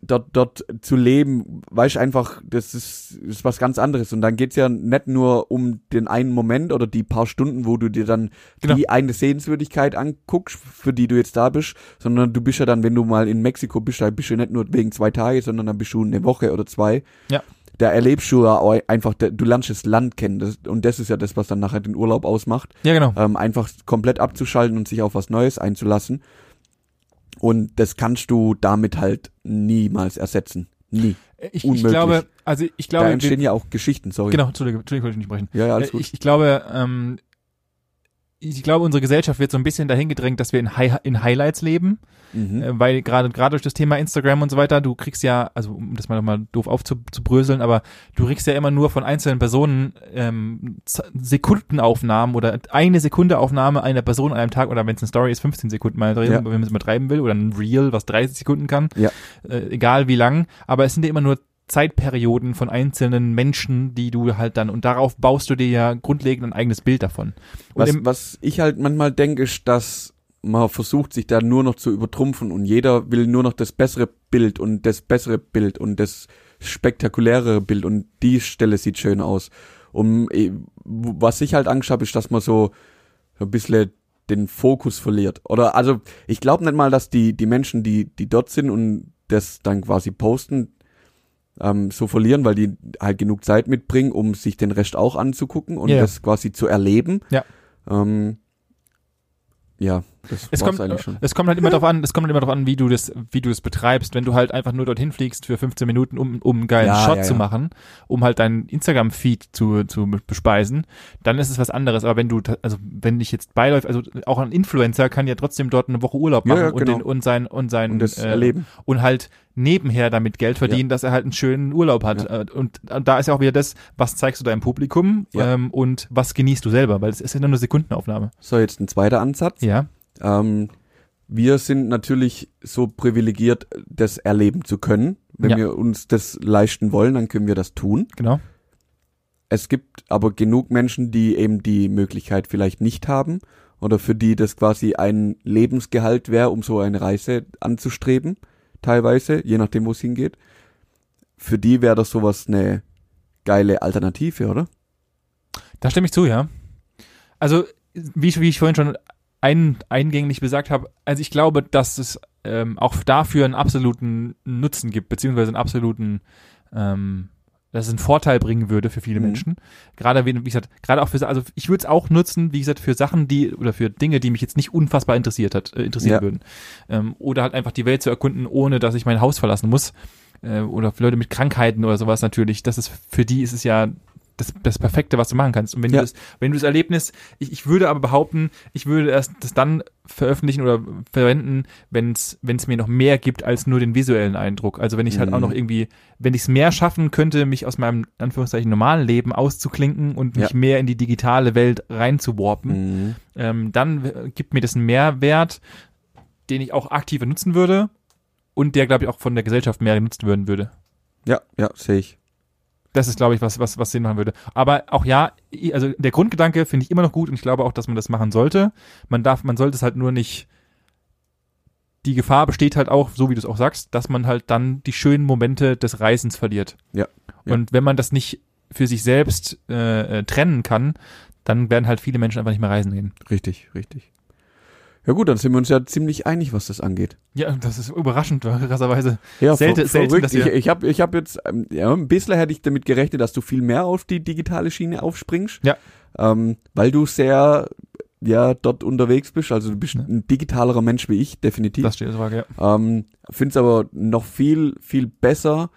B: dort, dort zu leben, weißt einfach, das ist, ist was ganz anderes. Und dann geht's ja nicht nur um den einen Moment oder die paar Stunden, wo du dir dann
A: Genau.
B: die eine Sehenswürdigkeit anguckst, für die du jetzt da bist, sondern du bist ja dann, wenn du mal in Mexiko bist, dann bist du nicht nur wegen zwei Tage, sondern dann bist du eine Woche oder zwei.
A: Ja.
B: Da erlebst du ja auch einfach, du lernst das Land kennen. Das, und das ist ja das, was dann nachher den Urlaub ausmacht
A: ja, genau.
B: ähm, einfach komplett abzuschalten und sich auf was Neues einzulassen. Und das kannst du damit halt niemals ersetzen. Nie.
A: Ich, ich
B: unmöglich.
A: glaube, also ich
B: da
A: glaube,
B: entstehen
A: wir,
B: ja auch Geschichten, sorry.
A: genau, Entschuldigung, Entschuldigung, wollte ich nicht sprechen.
B: Ja, ja, alles
A: Äh,
B: gut.
A: Ich, ich glaube, ähm, ich glaube, unsere Gesellschaft wird so ein bisschen dahin gedrängt, dass wir in, Hi in Highlights leben,
B: mhm.
A: äh, weil gerade gerade durch das Thema Instagram und so weiter, du kriegst ja, also um das mal nochmal doof aufzubröseln, aber du kriegst ja immer nur von einzelnen Personen ähm, Z- Sekundenaufnahmen oder eine Sekunde Aufnahme einer Person an einem Tag oder wenn es eine Story ist, 15 Sekunden mal drin,
B: Ja.
A: wenn man es übertreiben will oder ein Reel, was 30 Sekunden kann,
B: Ja.
A: äh, egal wie lang, aber es sind ja immer nur Zeitperioden von einzelnen Menschen, die du halt dann und darauf baust du dir ja grundlegend ein eigenes Bild davon. Und
B: was,
A: im,
B: was ich halt manchmal denke, ist, dass man versucht, sich da nur noch zu übertrumpfen und jeder will nur noch das bessere Bild und das bessere Bild und das spektakulärere Bild und die Stelle sieht schön aus. Und eh, w- was ich halt Angst habe, ist, dass man so ein bisschen den Fokus verliert. Oder also ich glaube nicht mal, dass die, die Menschen, die, die dort sind und das dann quasi posten, ähm, so verlieren, weil die halt genug Zeit mitbringen, um sich den Rest auch anzugucken und
A: Ja.
B: das quasi zu erleben.
A: Ja.
B: Ähm, ja, das
A: es
B: war's
A: kommt,
B: eigentlich schon.
A: es kommt halt immer darauf an, es kommt halt immer darauf an, wie du das, wie du es betreibst. Wenn du halt einfach nur dorthin fliegst für 15 Minuten, um, um einen geilen
B: Ja,
A: Shot
B: ja,
A: zu
B: ja.
A: machen, um halt deinen Instagram-Feed zu, zu bespeisen, dann ist es was anderes. Aber wenn du, ta- also wenn ich jetzt beiläuft, also auch ein Influencer kann ja trotzdem dort eine Woche Urlaub
B: Ja,
A: machen
B: ja, genau.
A: und, den, und sein und sein
B: Und das
A: äh,
B: Erleben.
A: und halt nebenher damit Geld verdienen, dass er halt einen schönen Urlaub hat. Äh, Und da ist ja auch wieder das, was zeigst du deinem Publikum
B: Ja.
A: ähm, und was genießt du selber, weil es ist ja nur eine Sekundenaufnahme.
B: So, jetzt ein zweiter Ansatz.
A: Ja.
B: Ähm, wir sind natürlich so privilegiert, das erleben zu können. Wenn
A: Ja.
B: wir uns das leisten wollen, dann können wir das tun.
A: Genau.
B: Es gibt aber genug Menschen, die eben die Möglichkeit vielleicht nicht haben oder für die das quasi ein Lebensgehalt wäre, um so eine Reise anzustreben, teilweise, je nachdem, wo es hingeht. Für die wäre das sowas eine geile Alternative, oder?
A: Da stimme ich zu, ja. Also, wie, ich- wie ich vorhin schon ein, eingänglich besagt habe, also ich glaube, dass es ähm, auch dafür einen absoluten Nutzen gibt, beziehungsweise einen absoluten, ähm, dass es einen Vorteil bringen würde für viele
B: Mhm.
A: Menschen. Gerade, wie wie gesagt, gerade auch für, also ich würde es auch nutzen, wie gesagt, für Sachen, die, oder für Dinge, die mich jetzt nicht unfassbar interessiert hat, äh, interessieren
B: Ja.
A: würden. Ähm, oder halt einfach die Welt zu erkunden, ohne dass ich mein Haus verlassen muss. Äh, oder für Leute mit Krankheiten oder sowas natürlich. Das ist, für die ist es ja das, das Perfekte, was du machen kannst. Und wenn
B: Ja.
A: du das, wenn du das Erlebnis, ich, ich würde aber behaupten, ich würde erst das dann veröffentlichen oder verwenden, wenn es mir noch mehr gibt als nur den visuellen Eindruck. Also wenn ich halt
B: Mhm.
A: auch noch irgendwie, wenn ich es mehr schaffen könnte, mich aus meinem in Anführungszeichen normalen Leben auszuklinken und mich
B: Ja. Mhm.
A: mehr in die digitale Welt reinzuwarpen, ähm, dann w- gibt mir das einen Mehrwert, den ich auch aktiver nutzen würde und der, glaube ich, auch von der Gesellschaft mehr genutzt werden würde.
B: Ja, ja, sehe ich.
A: Das ist, glaube ich, was, was, was Sinn machen würde. Aber auch ja, i- also der Grundgedanke finde ich immer noch gut und ich glaube auch, dass man das machen sollte. Man darf, man sollte es halt nur nicht. Die Gefahr besteht halt auch, so wie du es auch sagst, dass man halt dann die schönen Momente des Reisens verliert.
B: Ja, ja.
A: Und wenn man das nicht für sich selbst äh, äh, trennen kann, dann werden halt viele Menschen einfach nicht mehr reisen gehen.
B: Richtig, richtig. Ja gut, dann sind wir uns ja ziemlich einig, was das angeht.
A: Ja, das ist überraschend, krasserweise.
B: Ja,
A: Selten-
B: ver-
A: selten,
B: verrückt.
A: dass ihr-
B: ich ich habe ich hab jetzt, ähm, ja, ein bisschen hätte ich damit gerechnet, dass du viel mehr auf die digitale Schiene aufspringst.
A: Ja.
B: Ähm, weil du sehr, ja, dort unterwegs bist. Also du bist
A: Ja.
B: ein digitalerer Mensch wie ich, definitiv.
A: Das steht als Frage, ja.
B: Ähm, Finde es aber noch viel, viel besser,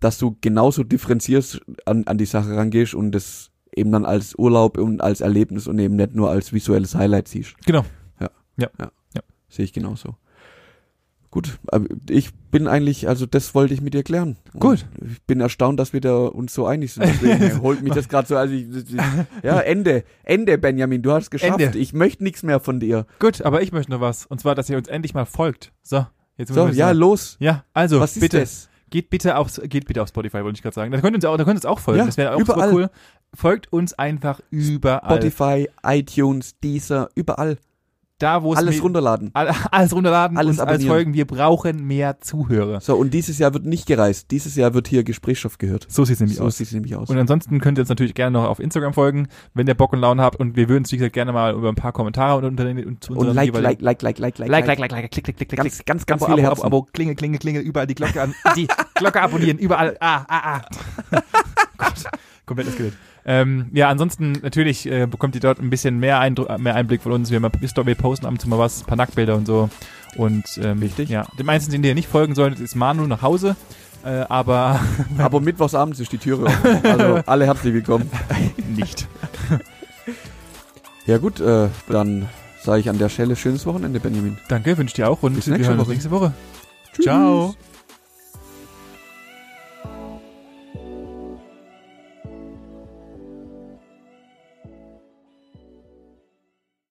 B: dass du genauso differenzierst an, an die Sache rangehst und das eben dann als Urlaub und als Erlebnis und eben nicht nur als visuelles Highlight siehst.
A: Genau.
B: Ja.
A: Ja.
B: ja.
A: Ja.
B: Sehe ich genauso. Gut, aber ich bin eigentlich, also das wollte ich mit dir klären. Und
A: Gut.
B: Ich bin erstaunt, dass wir da uns so einig sind. Deswegen holt mich das gerade so. Also ich, ich, ja, Ende. Ende, Benjamin, du hast es geschafft.
A: Ende.
B: Ich möchte nichts mehr von dir.
A: Gut, aber ich möchte noch was. Und zwar, dass ihr uns endlich mal folgt. So, jetzt
B: So,
A: wir
B: ja, los.
A: Ja, also,
B: Was ist
A: bitte.
B: das?
A: Geht bitte auf, geht bitte auf Spotify, wollte ich gerade sagen. Da könnt ihr uns auch, da könnt ihr uns auch folgen.
B: Ja,
A: das wäre auch
B: überall.
A: super cool. Folgt uns einfach überall.
B: Spotify, iTunes, Deezer, überall.
A: da, wo es
B: Alles
A: mir-
B: runterladen.
A: all- alles runterladen,
B: Alles
A: uns alles
B: abonnieren.
A: folgen. Wir brauchen mehr Zuhörer.
B: So, und dieses Jahr wird nicht gereist. Dieses Jahr wird hier Gesprächsstoff gehört.
A: So sieht's nämlich
B: so
A: aus.
B: sieht es nämlich aus.
A: Und ansonsten könnt ihr uns natürlich gerne noch auf Instagram folgen, wenn ihr Bock und Laune habt. Und wir würden uns, wie gesagt, gerne mal über ein paar Kommentare und, unter den, und zu
B: Und
A: unserem
B: like,
A: jeweiligen-
B: like, like, like, like, like,
A: like, like, like, like, klick, klick, klick, klick, klick.
B: Ganz, ganz, ganz
A: Ganz
B: viele
A: viele
B: Herzen.
A: Abo, Abo, Klingel, Klingel, Klingel, überall die Glocke an, die Glocke abonnieren, überall, ah, ah, ah. Gott, komplettes Gerät. Ähm, ja, ansonsten natürlich äh, bekommt ihr dort ein bisschen mehr, Eindru äh, mehr Einblick von uns. Wir, haben- wir posten ab und zu mal was, ein paar Nacktbilder und so. Und ähm,
B: Richtig.
A: ja, dem einzigen, den ihr nicht folgen solltet, ist Manu nach Hause. Äh, aber
B: Aber mittwochsabends ist die Türe offen. Also alle herzlich willkommen.
A: nicht.
B: Ja gut, äh, dann sage ich an der Stelle schönes Wochenende, Benjamin.
A: Danke, wünsche dir auch und
B: Bis
A: wir
B: nächste
A: hören uns
B: Woche.
A: nächste Woche. Ciao.